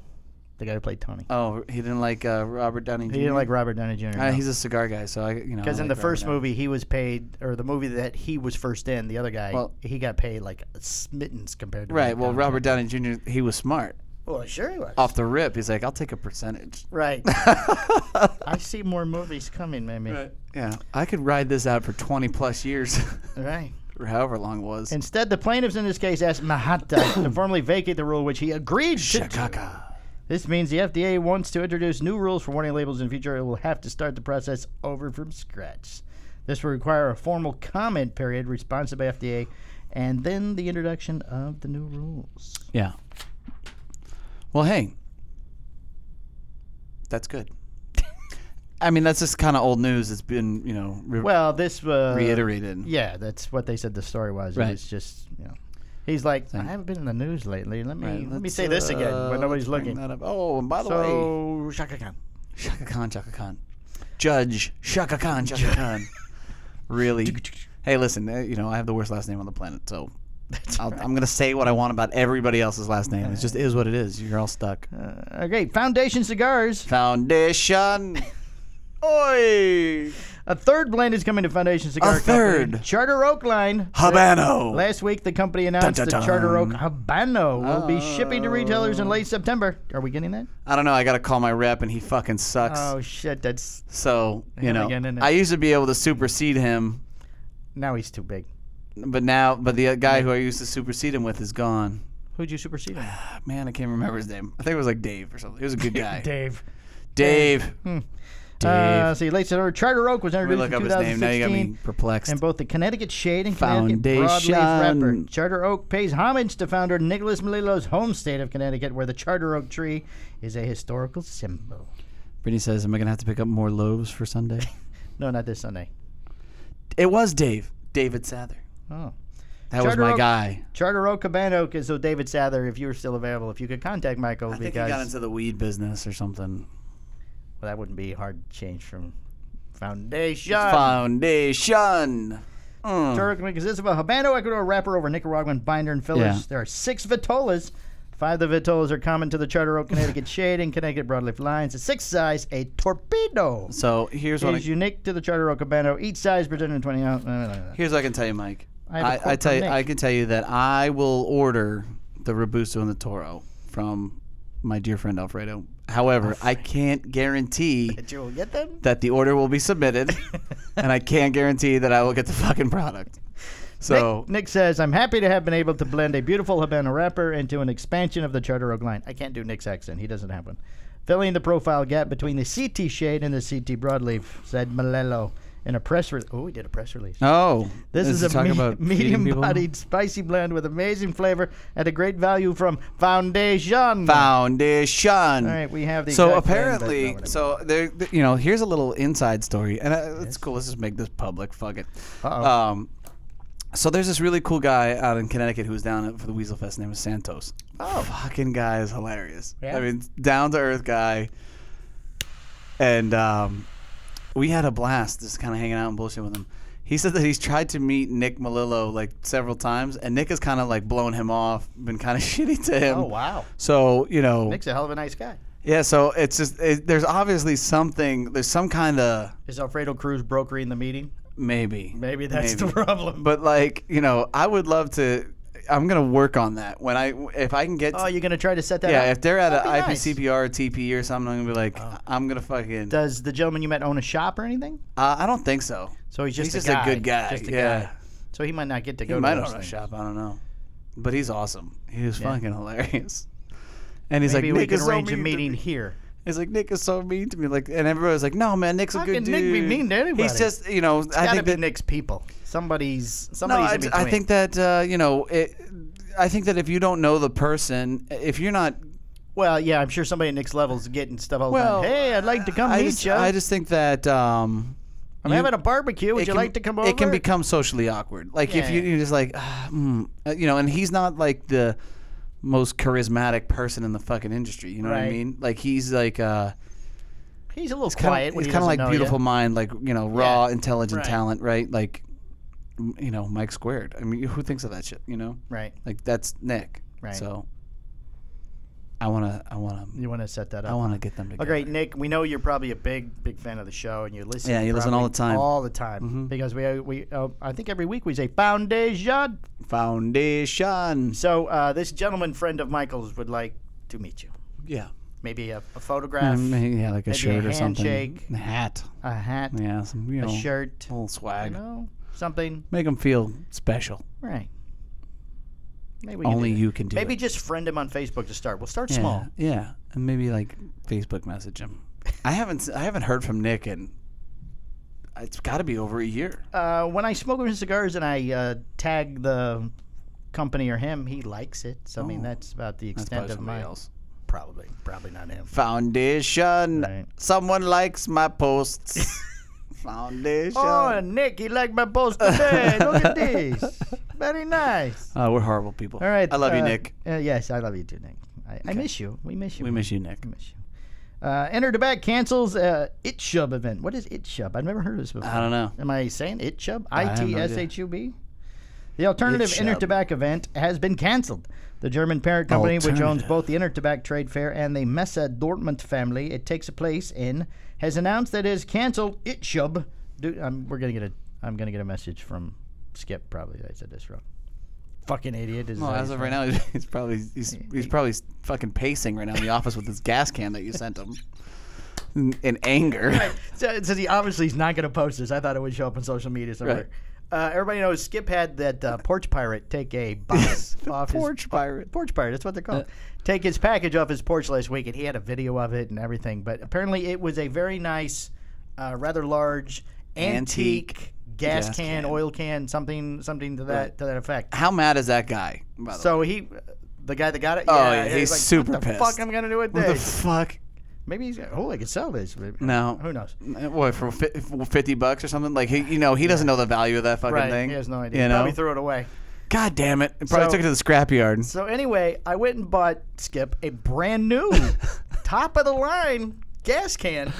Speaker 2: the guy who played Tony.
Speaker 1: Oh, he didn't like uh, Robert Downey. Jr.
Speaker 2: he didn't like Robert Downey Jr.
Speaker 1: Uh, He's a cigar guy, so I you know. I
Speaker 2: because in
Speaker 1: like Robert
Speaker 2: the first
Speaker 1: Downey.
Speaker 2: movie he was paid, or the movie that he was first in, the other guy
Speaker 1: Well-
Speaker 2: he got paid like smittens compared to
Speaker 1: Right.
Speaker 2: Robert
Speaker 1: Well,
Speaker 2: Downey.
Speaker 1: Robert Downey Jr. He was smart.
Speaker 2: Well, Oh, sure he was.
Speaker 1: Off the rip, he's like, "I'll take a percentage." [laughs]
Speaker 2: Right. I see more movies coming, maybe. Right.
Speaker 1: Yeah, I could ride this out for 20 plus years, [laughs] or however long it was.
Speaker 2: Instead, the plaintiffs in this case asked Mahatta
Speaker 1: [coughs]
Speaker 2: to formally vacate the rule, which he agreed to. do.
Speaker 1: Shakaka.
Speaker 2: This means the FDA wants to introduce new rules for warning labels in future. It will have to start the process over from scratch. This will require a formal comment period, responsive by FDA, and then the introduction of the new rules.
Speaker 1: Yeah. Well, hey, that's good. [laughs] I mean, that's just kind of old news. It's been, you know, re-
Speaker 2: Well, this uh,
Speaker 1: reiterated.
Speaker 2: Yeah, that's what they said the story was.
Speaker 1: Right.
Speaker 2: It was just you know, he's like, I haven't been in the news lately. Let me
Speaker 1: Right,
Speaker 2: let me
Speaker 1: let's,
Speaker 2: say this again
Speaker 1: uh,
Speaker 2: when nobody's
Speaker 1: let's bring
Speaker 2: looking.
Speaker 1: that up. Oh, and by the way,
Speaker 2: So Shaka Khan.
Speaker 1: Shaka Khan, Shaka Khan, Judge Shaka Khan, Shaka Khan.
Speaker 2: [laughs]
Speaker 1: really? Hey, listen, uh, you know, I have the worst last name on the planet, so I'll, I'm gonna say what I want about everybody else's last name. It just is what it is. You're all
Speaker 2: [laughs]
Speaker 1: stuck.
Speaker 2: Uh, okay, Foundation Cigars. [laughs]
Speaker 1: Foundation. Oi,
Speaker 2: A third blend is coming to Foundation Cigar Company.
Speaker 1: third.
Speaker 2: Charter Oak line.
Speaker 1: Habano.
Speaker 2: Last week, the company announced
Speaker 1: Dun, dun,
Speaker 2: that Charter Oak
Speaker 1: dun. Oh.
Speaker 2: Habano will be shipping to retailers in late September. Are we getting that?
Speaker 1: I don't know. I gotta call my rep, and he fucking sucks.
Speaker 2: Oh shit! That's
Speaker 1: so you
Speaker 2: him
Speaker 1: know,
Speaker 2: again, isn't it?
Speaker 1: I used to be able to supersede him,
Speaker 2: now he's too big.
Speaker 1: but now, but the guy who I used to supersede him with is gone.
Speaker 2: Who'd you supersede him?
Speaker 1: Man, I can't remember his name. I think it was like Dave Hmm. or something. He was a [laughs] good guy.
Speaker 2: [sighs] Dave.
Speaker 1: Dave. Dave.
Speaker 2: Uh, see, late September. Charter Oak was
Speaker 1: Let me
Speaker 2: introduced
Speaker 1: look
Speaker 2: in
Speaker 1: up his name.
Speaker 2: 2016.
Speaker 1: Now you got me perplexed.
Speaker 2: And both the Connecticut Shade and Connecticut Broadleaf
Speaker 1: Foundation.
Speaker 2: Wrapper. Charter Oak pays homage to founder Nicholas Melillo's home state of Connecticut, where the Charter Oak tree is a historical symbol.
Speaker 1: Brittany says, "Am I gonna have to pick up more loaves for [laughs] Sunday?"
Speaker 2: No, not this Sunday.
Speaker 1: it was Dave. David Sather.
Speaker 2: Oh.
Speaker 1: That was
Speaker 2: Charter
Speaker 1: my
Speaker 2: Oak-
Speaker 1: guy.
Speaker 2: Charter Oak Cabano, is so David Sather, if you were still available, if you could contact Michael,
Speaker 1: I think he
Speaker 2: because
Speaker 1: got into the weed business or something.
Speaker 2: well, that wouldn't be a hard change from Foundation.
Speaker 1: Foundation. Mm.
Speaker 2: Charter Oak consists of a Habano Ecuador wrapper over Nicaraguan binder and fillers.
Speaker 1: Yeah.
Speaker 2: There are six vitolas. Five of the vitolas are common to the Charter Oak Connecticut shade and Connecticut broadleaf lines. The sixth size, a torpedo.
Speaker 1: So here's what I,
Speaker 2: is unique to the Charter Oak Cabano. Each size presented in 20 ounce. no, no, no, no.
Speaker 1: here's what I can tell you, Mike.
Speaker 2: I have a
Speaker 1: I, I
Speaker 2: quote
Speaker 1: tell
Speaker 2: from
Speaker 1: you,
Speaker 2: Nick.
Speaker 1: I can tell you that I will order the Robusto and the Toro from my dear friend Alfredo. However, I can't guarantee
Speaker 2: That you will get them?
Speaker 1: that the order will be
Speaker 2: [laughs]
Speaker 1: submitted, and I can't guarantee that I will get the fucking product. So
Speaker 2: Nick, Nick says, I'm happy to have been able to blend a beautiful Habano wrapper into an expansion of the Charter Oak line. I can't do Nick's accent. He doesn't have one. Filling the profile gap between the CT shade and the CT broadleaf, said Malello in a press release. Oh, he did a press release.
Speaker 1: oh,
Speaker 2: This is, a
Speaker 1: talking
Speaker 2: me-
Speaker 1: about feeding people?
Speaker 2: medium-bodied spicy blend with amazing flavor at a great value from Foundation.
Speaker 1: foundation.
Speaker 2: All right, we have the
Speaker 1: so
Speaker 2: exact blend, but no,
Speaker 1: apparently,
Speaker 2: whatever.
Speaker 1: so there, th- you know, here's a little inside story, and uh, it's cool. Let's just make this public. Fuck it.
Speaker 2: Uh-oh.
Speaker 1: Um, so there's this really cool guy out in Connecticut who was down at- for the Weasel Fest. His name is Santos. Oh, fucking guy is hilarious.
Speaker 2: Yeah?
Speaker 1: I mean, down to earth guy, and um, we had a blast just kind of hanging out and bullshit with him. He said that he's tried to meet Nick Melillo like several times, and Nick has kind of like blown him off, been kind of [laughs] shitty to him.
Speaker 2: Oh wow,
Speaker 1: So you know,
Speaker 2: Nick's a hell of a nice guy.
Speaker 1: yeah, so it's just it, there's obviously something. There's some kind of
Speaker 2: Is Alfredo Cruz brokering the meeting?
Speaker 1: maybe.
Speaker 2: Maybe that's
Speaker 1: Maybe.
Speaker 2: the [laughs] problem.
Speaker 1: But like you know, I would love to. I'm gonna work on that when I if I can get.
Speaker 2: oh, you're gonna try to set that up?
Speaker 1: yeah, if they're at
Speaker 2: That'd
Speaker 1: an
Speaker 2: be nice. Oh.
Speaker 1: IPCPR or TPE or something, I'm gonna be like, I'm gonna fucking. Uh,
Speaker 2: Does the gentleman you met own a shop or anything?
Speaker 1: I don't think so.
Speaker 2: So he's just,
Speaker 1: He's just
Speaker 2: a,
Speaker 1: a
Speaker 2: guy.
Speaker 1: good guy,
Speaker 2: Just a
Speaker 1: yeah.
Speaker 2: guy. So he might not get to
Speaker 1: He
Speaker 2: go
Speaker 1: might
Speaker 2: to
Speaker 1: own
Speaker 2: those
Speaker 1: a
Speaker 2: things.
Speaker 1: shop. I don't know, but he's awesome. He was
Speaker 2: Yeah.
Speaker 1: fucking hilarious. [laughs] And he's
Speaker 2: Maybe
Speaker 1: like,
Speaker 2: we
Speaker 1: Nick
Speaker 2: could
Speaker 1: is so
Speaker 2: arrange
Speaker 1: mean
Speaker 2: a
Speaker 1: to
Speaker 2: meeting
Speaker 1: me."
Speaker 2: here.
Speaker 1: He's like, Nick is so mean to me. Like, and everybody's like, No, man, Nick's a
Speaker 2: How
Speaker 1: good
Speaker 2: can
Speaker 1: dude.
Speaker 2: Nick be mean to anybody?
Speaker 1: He's just, you know, I
Speaker 2: Gotta
Speaker 1: think
Speaker 2: be
Speaker 1: that
Speaker 2: Nick's people. Somebody's
Speaker 1: No,
Speaker 2: somebody's
Speaker 1: I,
Speaker 2: in
Speaker 1: d-
Speaker 2: between.
Speaker 1: I think that uh, you know, it, I think that if you don't know the person, if you're not
Speaker 2: Well, yeah, I'm sure somebody at Nick's level's getting stuff all the
Speaker 1: well,
Speaker 2: time. Hey, I'd like to come
Speaker 1: I
Speaker 2: meet
Speaker 1: just,
Speaker 2: you.
Speaker 1: I just think that um,
Speaker 2: I'm
Speaker 1: you-
Speaker 2: having a barbecue. Would
Speaker 1: it
Speaker 2: you
Speaker 1: can-
Speaker 2: like to come over?
Speaker 1: It can become socially awkward. Like hmm," if
Speaker 2: Yeah.
Speaker 1: you, you're just like, ah, mm, uh, you know, and he's not like the most charismatic person in the fucking industry. You know what I
Speaker 2: Right.
Speaker 1: mean? Like he's like uh,
Speaker 2: He's a little
Speaker 1: kinda-
Speaker 2: quiet. when
Speaker 1: he's
Speaker 2: he
Speaker 1: kind of
Speaker 2: doesn't
Speaker 1: like
Speaker 2: know
Speaker 1: beautiful
Speaker 2: you.
Speaker 1: mind, like you know, raw,
Speaker 2: Yeah.
Speaker 1: intelligent
Speaker 2: Right.
Speaker 1: talent, right? Like m- you know, Mike Squared. I mean, who thinks of that shit? You know,
Speaker 2: Right.
Speaker 1: like that's Nick.
Speaker 2: Right.
Speaker 1: So I wanna, I wanna,
Speaker 2: You want to set that up.
Speaker 1: I wanna get them together.
Speaker 2: Oh, great, Nick. We know you're probably a big, big fan of the show, and you listen.
Speaker 1: Yeah, you listen all
Speaker 2: probably
Speaker 1: the time. Mm-hmm.
Speaker 2: all the time. Because we, we, uh, I think every week we say foundation.
Speaker 1: Foundation.
Speaker 2: So uh, this gentleman friend of Michael's would like to meet you.
Speaker 1: Yeah.
Speaker 2: Maybe a, a photograph,
Speaker 1: Um, yeah, like a
Speaker 2: maybe a
Speaker 1: shirt or
Speaker 2: handshake.
Speaker 1: something. A hat.
Speaker 2: a hat,
Speaker 1: Yeah, some you know,
Speaker 2: a shirt,
Speaker 1: little
Speaker 2: you
Speaker 1: swag.
Speaker 2: know, something.
Speaker 1: Make them feel special.
Speaker 2: Right. Maybe we can
Speaker 1: Only
Speaker 2: do that.
Speaker 1: you can do
Speaker 2: Maybe
Speaker 1: it.
Speaker 2: just friend him on Facebook to start. We'll start
Speaker 1: yeah,
Speaker 2: small.
Speaker 1: Yeah, and maybe like Facebook message him. I haven't s- I haven't heard from Nick in it's got to be over a year.
Speaker 2: Uh, when I smoke him cigars and I uh, tag the company or him, he likes it. So I mean,
Speaker 1: Oh.
Speaker 2: that's about the
Speaker 1: That's
Speaker 2: extent
Speaker 1: probably
Speaker 2: of my
Speaker 1: somebody else.
Speaker 2: probably probably not him.
Speaker 1: Foundation.
Speaker 2: Right.
Speaker 1: Someone likes my [laughs] posts. Foundation.
Speaker 2: Oh, Nick, he liked my post today. Look [laughs] at this, very nice.
Speaker 1: Uh, we're horrible people.
Speaker 2: All right.
Speaker 1: I love you,
Speaker 2: uh,
Speaker 1: Nick.
Speaker 2: uh, yes, I love you too, Nick. I, I miss you. We miss you.
Speaker 1: We miss you, Nick.
Speaker 2: We miss you. Uh, Enter the Back cancels uh, It Shub event. What is It Shub? I've never heard of this before.
Speaker 1: I don't know.
Speaker 2: Am I saying It Shub?
Speaker 1: Ah. have no
Speaker 2: I T
Speaker 1: idea.
Speaker 2: S H U B? The alternative
Speaker 1: It
Speaker 2: Inner
Speaker 1: Shub.
Speaker 2: Tobacco event has been canceled. The German parent company, which owns
Speaker 1: Alternative.
Speaker 2: both the Inner Tobacco Trade Fair and the Messe Dortmund family, it takes place in, has announced that it has canceled It Shub. Dude, I'm, we're gonna get a. I'm gonna get a message from Skip. Probably that I said this wrong. Fucking idiot! Is
Speaker 1: Well,
Speaker 2: that
Speaker 1: as
Speaker 2: his
Speaker 1: of right
Speaker 2: name?
Speaker 1: now, [laughs] he's, he's probably he's, he's probably s- fucking pacing right now in the office with this gas can that you sent him in, in anger. [laughs]
Speaker 2: so, so he obviously is not going to post this. I thought it would show up on social media somewhere. Uh, everybody knows Skip had that uh, porch pirate take
Speaker 1: [laughs]
Speaker 2: a box off his
Speaker 1: Porch Uh. pirate.
Speaker 2: porch pirate. That's what they're called. take his package off his porch last week, and he had a video of it and everything. But apparently, it was a very nice, uh, rather large antique,
Speaker 1: Antique
Speaker 2: gas,
Speaker 1: gas
Speaker 2: can,
Speaker 1: can.
Speaker 2: oil can, something, something to that
Speaker 1: Right.
Speaker 2: to that effect.
Speaker 1: How mad is that guy? By the way?
Speaker 2: So he. The guy that got it,
Speaker 1: Oh, yeah,
Speaker 2: yeah, he was
Speaker 1: he's
Speaker 2: like,
Speaker 1: super
Speaker 2: what the
Speaker 1: pissed.
Speaker 2: Fuck, I'm gonna do with
Speaker 1: what the
Speaker 2: this.
Speaker 1: fuck?
Speaker 2: Maybe he's oh, I could sell this.
Speaker 1: No.
Speaker 2: who knows?
Speaker 1: Uh, What for? fi- for Fifty bucks or something? Like he, you know, he doesn't know the value of that fucking
Speaker 2: Right.
Speaker 1: thing.
Speaker 2: He has no idea.
Speaker 1: You know?
Speaker 2: Probably threw it away.
Speaker 1: God damn it! He probably
Speaker 2: So-
Speaker 1: took it to the scrapyard.
Speaker 2: So anyway, I went and bought Skip a brand
Speaker 1: [laughs]
Speaker 2: new, top of the line gas can,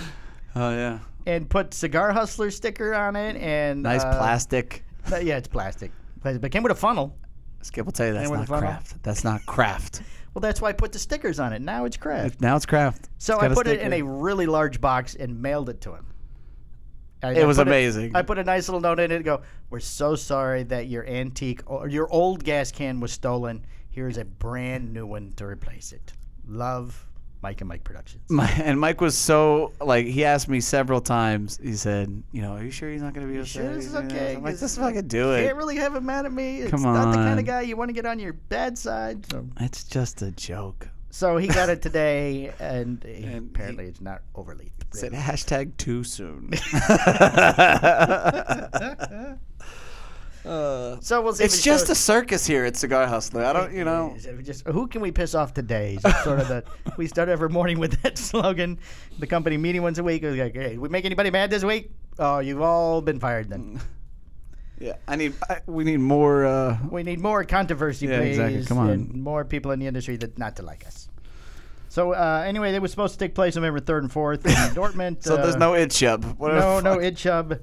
Speaker 1: Oh yeah,
Speaker 2: and put cigar hustler sticker on it and
Speaker 1: nice
Speaker 2: uh,
Speaker 1: plastic.
Speaker 2: no, Yeah, it's plastic. Plastic, But it came with a funnel.
Speaker 1: Skip will tell you that's
Speaker 2: with a
Speaker 1: not
Speaker 2: funnel?
Speaker 1: craft. That's not craft.
Speaker 2: Well, that's why I put the stickers on it. Now it's craft.
Speaker 1: now it's craft.
Speaker 2: So
Speaker 1: It's
Speaker 2: I
Speaker 1: got
Speaker 2: put it in a
Speaker 1: sticker.
Speaker 2: really large box and mailed it to him. I-
Speaker 1: It
Speaker 2: I
Speaker 1: was
Speaker 2: put
Speaker 1: amazing.
Speaker 2: I put a nice little note in it. and Go. We're so sorry that your antique or your old gas can was stolen. Here's a brand new one to replace it. Love, Mike and Mike Productions.
Speaker 1: My, and Mike was so like he asked me several times. He said, "You know, are you sure he's not going to be upset?"
Speaker 2: sure this is
Speaker 1: You know,
Speaker 2: okay?
Speaker 1: I'm like,
Speaker 2: 'Cause
Speaker 1: just fucking do it.
Speaker 2: Can't really have him mad at me. It's
Speaker 1: Come
Speaker 2: not the kind
Speaker 1: on.
Speaker 2: of guy you want to get on your bad side. So,
Speaker 1: It's just a
Speaker 2: [laughs]
Speaker 1: joke.
Speaker 2: so he got it today, and, he-
Speaker 1: And
Speaker 2: apparently it's not overly.
Speaker 1: Said hashtag too
Speaker 2: [laughs]
Speaker 1: soon. [laughs]
Speaker 2: Uh, So we'll see. if
Speaker 1: it's
Speaker 2: it
Speaker 1: just
Speaker 2: shows-
Speaker 1: a circus here at Cigar Hustler. I don't, you know.
Speaker 2: Is it just who can we piss off today? Is sort
Speaker 1: [laughs]
Speaker 2: of the we start every morning with that slogan. The company meeting once a week. It was like, hey, we make anybody mad this week? Oh, you've all been fired then.
Speaker 1: Yeah, I need. I, we need more. Uh,
Speaker 2: We need more controversy,
Speaker 1: Yeah,
Speaker 2: please.
Speaker 1: exactly. Come on.
Speaker 2: and more people in the industry that not to like us. So uh, anyway, it was supposed to take place November third
Speaker 1: [laughs]
Speaker 2: and fourth in Dortmund.
Speaker 1: so there's
Speaker 2: uh,
Speaker 1: no itch up. What the [laughs]
Speaker 2: no, no,
Speaker 1: fuck?
Speaker 2: it chub.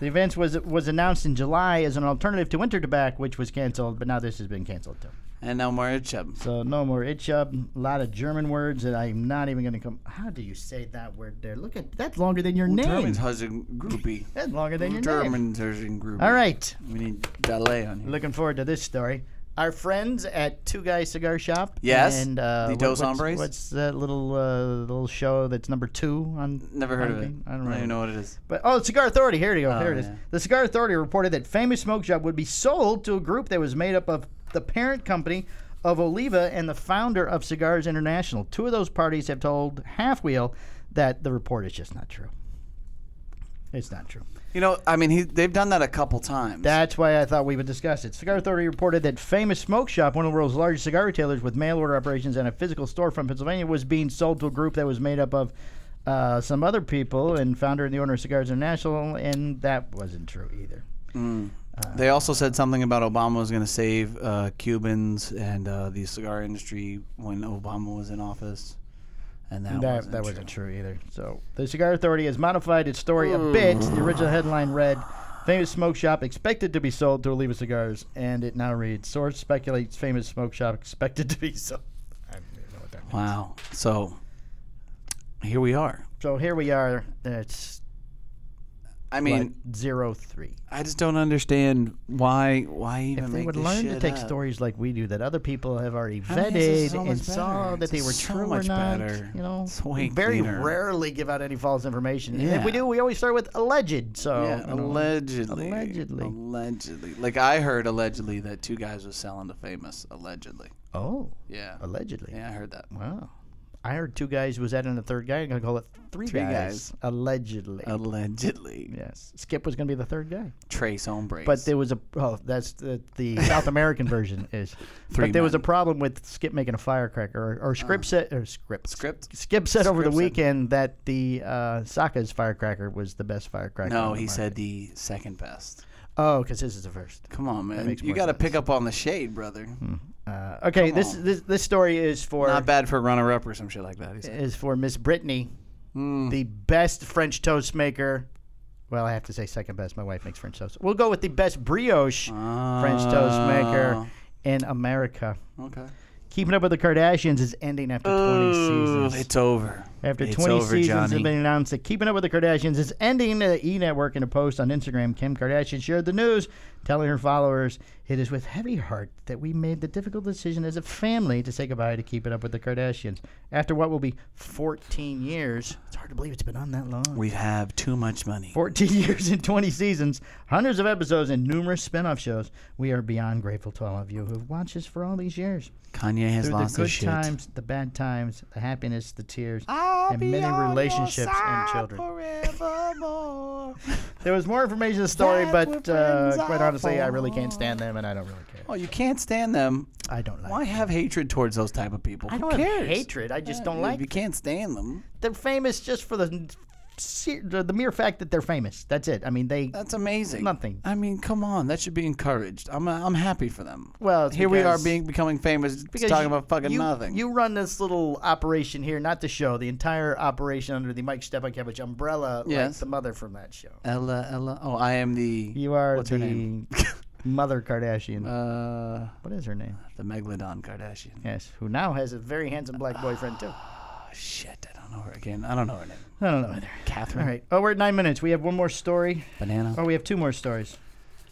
Speaker 2: The event was was announced in July as an alternative to Winter Tobacco, which was canceled, but now this has been canceled too.
Speaker 1: And no more itch up.
Speaker 2: So no more it chub. A lot of German words that I'm not even going to come. How do you say that word there? Look at that's longer than your name.
Speaker 1: German's Husband groupie.
Speaker 2: That's longer than your name.
Speaker 1: German's Husband groupie.
Speaker 2: All right,
Speaker 1: We need delay on you.
Speaker 2: looking forward to this story. Our friends at Two Guys Cigar Shop.
Speaker 1: Yes,
Speaker 2: And uh,
Speaker 1: the
Speaker 2: what-
Speaker 1: Dos
Speaker 2: what's,
Speaker 1: Hombres.
Speaker 2: What's that little uh, little show that's number two on?
Speaker 1: Never heard
Speaker 2: on
Speaker 1: of it.
Speaker 2: thing? I don't,
Speaker 1: I don't
Speaker 2: remember.
Speaker 1: even know what it is.
Speaker 2: But oh, Cigar Authority. Here you go. here it is.
Speaker 1: yeah.
Speaker 2: The Cigar Authority reported that Famous Smoke Shop would be sold to a group that was made up of the parent company of Oliva and the founder of Cigars International. Two of those parties have told Half Wheel that the report is just not true. It's not true.
Speaker 1: You know, I mean, he, they've done that a couple times.
Speaker 2: That's why I thought we would discuss it. Cigar Authority reported that Famous Smoke Shop, one of the world's largest cigar retailers with mail order operations and a physical store from Pennsylvania, was being sold to a group that was made up of uh, some other people and founder and the owner of Cigars International, and that wasn't true either.
Speaker 1: They also said something about Obama was going to save uh, Cubans and uh, the cigar industry when Obama was in office, and that
Speaker 2: That,
Speaker 1: wasn't
Speaker 2: that wasn't true either. So the Cigar Authority has modified its story a
Speaker 1: Hmm.
Speaker 2: bit. The original headline read, "Famous smoke shop expected to be sold to Oliva cigars," and it now reads, "Source speculates famous smoke shop expected to be sold." I don't even know what that means.
Speaker 1: Wow. So here we are.
Speaker 2: So here we are. It's
Speaker 1: I
Speaker 2: I
Speaker 1: mean,
Speaker 2: zero three.
Speaker 1: I just don't understand why why even
Speaker 2: If they
Speaker 1: make
Speaker 2: would
Speaker 1: this
Speaker 2: learn to
Speaker 1: shit
Speaker 2: take
Speaker 1: up.
Speaker 2: stories like we do that other people have already
Speaker 1: I mean, this is
Speaker 2: vetted
Speaker 1: so
Speaker 2: and
Speaker 1: much
Speaker 2: saw
Speaker 1: better.
Speaker 2: that they
Speaker 1: It's
Speaker 2: were
Speaker 1: so
Speaker 2: true
Speaker 1: much
Speaker 2: or not,
Speaker 1: better.
Speaker 2: you know,
Speaker 1: It's way
Speaker 2: very
Speaker 1: cleaner.
Speaker 2: rarely give out any false information. And if we
Speaker 1: Yeah.
Speaker 2: do, we always start with alleged. So
Speaker 1: Yeah,
Speaker 2: you know.
Speaker 1: allegedly.
Speaker 2: Allegedly.
Speaker 1: Allegedly. Like I heard allegedly that two guys was selling to famous allegedly.
Speaker 2: oh,
Speaker 1: Yeah.
Speaker 2: allegedly.
Speaker 1: Yeah, I heard that.
Speaker 2: Wow. I heard two guys was adding a third guy. I'm gonna call it three,
Speaker 1: Three
Speaker 2: guys,
Speaker 1: guys. Oh.
Speaker 2: allegedly.
Speaker 1: Allegedly.
Speaker 2: yes, Skip was gonna be the third guy.
Speaker 1: Trace hombres.
Speaker 2: But there was a oh, that's the, the South American version is.
Speaker 1: [laughs] Three
Speaker 2: but there was a
Speaker 1: men. Uh.
Speaker 2: problem with Skip making a firecracker or, or Scrip said or Scrip.
Speaker 1: script.
Speaker 2: Skip said over the
Speaker 1: Scrip said-
Speaker 2: weekend that the uh, Saka's firecracker was the best firecracker. on
Speaker 1: No,
Speaker 2: the
Speaker 1: he
Speaker 2: market.
Speaker 1: said the second best.
Speaker 2: Oh, because his is the first.
Speaker 1: Come on, man.
Speaker 2: makes
Speaker 1: You
Speaker 2: more
Speaker 1: got to
Speaker 2: sense.
Speaker 1: pick up on the shade, brother.
Speaker 2: Uh, okay,
Speaker 1: Come
Speaker 2: this,
Speaker 1: on.
Speaker 2: this this story is for
Speaker 1: Not bad for runner up or some shit like that. He said.
Speaker 2: is for Miss Brittany,
Speaker 1: Mm.
Speaker 2: the best French toast maker. Well, I have to say second best. My wife makes French toast. We'll go with the best brioche
Speaker 1: Uh,
Speaker 2: French toast
Speaker 1: Ah.
Speaker 2: maker in America.
Speaker 1: Okay.
Speaker 2: Keeping Up with the Kardashians is ending after 20 seasons.
Speaker 1: It's over.
Speaker 2: After
Speaker 1: It's
Speaker 2: 20
Speaker 1: over,
Speaker 2: seasons have
Speaker 1: Johnny.
Speaker 2: been announced that Keeping Up with the Kardashians is ending. The E Network in a post on Instagram, Kim Kardashian shared the news, telling her followers, "It is with heavy heart that we made the difficult decision as a family to say goodbye to Keeping Up with the Kardashians after what will be 14 years. It's hard to believe it's been on that long.
Speaker 1: We have too much money.
Speaker 2: 14 [laughs] years and 20 seasons, hundreds of episodes, and numerous spin-off shows. We are beyond grateful to all of you who've watched us for all these years."
Speaker 1: Kanye has
Speaker 2: through
Speaker 1: lost
Speaker 2: the
Speaker 1: his
Speaker 2: good
Speaker 1: shit.
Speaker 2: times, the bad times, the happiness, the tears, and many relationships and children. There was more information in the story,
Speaker 1: That's what
Speaker 2: but
Speaker 1: friends
Speaker 2: uh, quite
Speaker 1: are
Speaker 2: honestly, I really can't stand them, and I don't really care.
Speaker 1: Oh, you can't stand them.
Speaker 2: I don't like.
Speaker 1: Why
Speaker 2: them.
Speaker 1: have hatred towards those type of people?
Speaker 2: I
Speaker 1: Who
Speaker 2: don't Uh, have
Speaker 1: cares?
Speaker 2: hatred. I just don't
Speaker 1: Yeah,
Speaker 2: like.
Speaker 1: You can't stand them.
Speaker 2: They're famous just for the se- the mere fact that they're famous. That's it. I mean, they.
Speaker 1: That's amazing.
Speaker 2: Nothing.
Speaker 1: I mean, come on. That should be encouraged. I'm, uh, I'm happy for them.
Speaker 2: Well, it's
Speaker 1: here we are
Speaker 2: because-
Speaker 1: being becoming famous,
Speaker 2: because
Speaker 1: talking
Speaker 2: you-
Speaker 1: about fucking
Speaker 2: you-
Speaker 1: nothing.
Speaker 2: You run this little operation here, not the show, the entire operation under the Mike Stepankevich umbrella, like
Speaker 1: Yes.
Speaker 2: the mother from that show.
Speaker 1: Ella, Ella. Oh, I am the.
Speaker 2: You are
Speaker 1: What's
Speaker 2: the
Speaker 1: her name?
Speaker 2: [laughs] mother Kardashian.
Speaker 1: uh,
Speaker 2: what is her name?
Speaker 1: the Megalodon Kardashian.
Speaker 2: Yes, who now has a very handsome black boyfriend too.
Speaker 1: Oh, shit. I don't know her again. I don't know her name.
Speaker 2: I don't know either. All
Speaker 1: Catherine.
Speaker 2: right. Oh, we're at nine minutes. We have one more story.
Speaker 1: Banana.
Speaker 2: Oh, we have two more stories.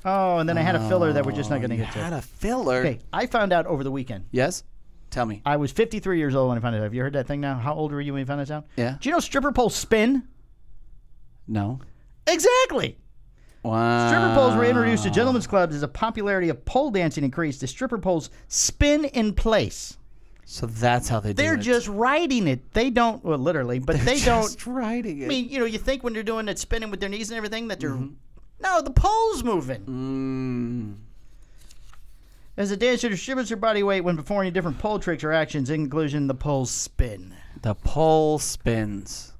Speaker 2: Oh, and then I had a filler that we're just not going to
Speaker 1: You
Speaker 2: get
Speaker 1: Had
Speaker 2: to.
Speaker 1: a filler.
Speaker 2: Okay, I found out over the weekend.
Speaker 1: Yes. Tell me.
Speaker 2: I was 53 years old when I found it out. Have you heard that thing now? How old were you when you found this out?
Speaker 1: Yeah.
Speaker 2: Do you know stripper poles spin?
Speaker 1: No.
Speaker 2: Exactly.
Speaker 1: Wow.
Speaker 2: Stripper poles were introduced to gentlemen's clubs as the popularity of pole dancing increased. The stripper poles spin in place.
Speaker 1: So that's how they do
Speaker 2: They're
Speaker 1: it.
Speaker 2: just riding it. They don't, well, literally, but they don't
Speaker 1: Just riding it. Mm-hmm.
Speaker 2: I mean, you know, you think when they're doing it, spinning with their knees and everything, that they're no, the pole's moving.
Speaker 1: Mm.
Speaker 2: As a dancer, distributes her body weight when performing different pole tricks or actions, including the pole spin.
Speaker 1: The pole spins.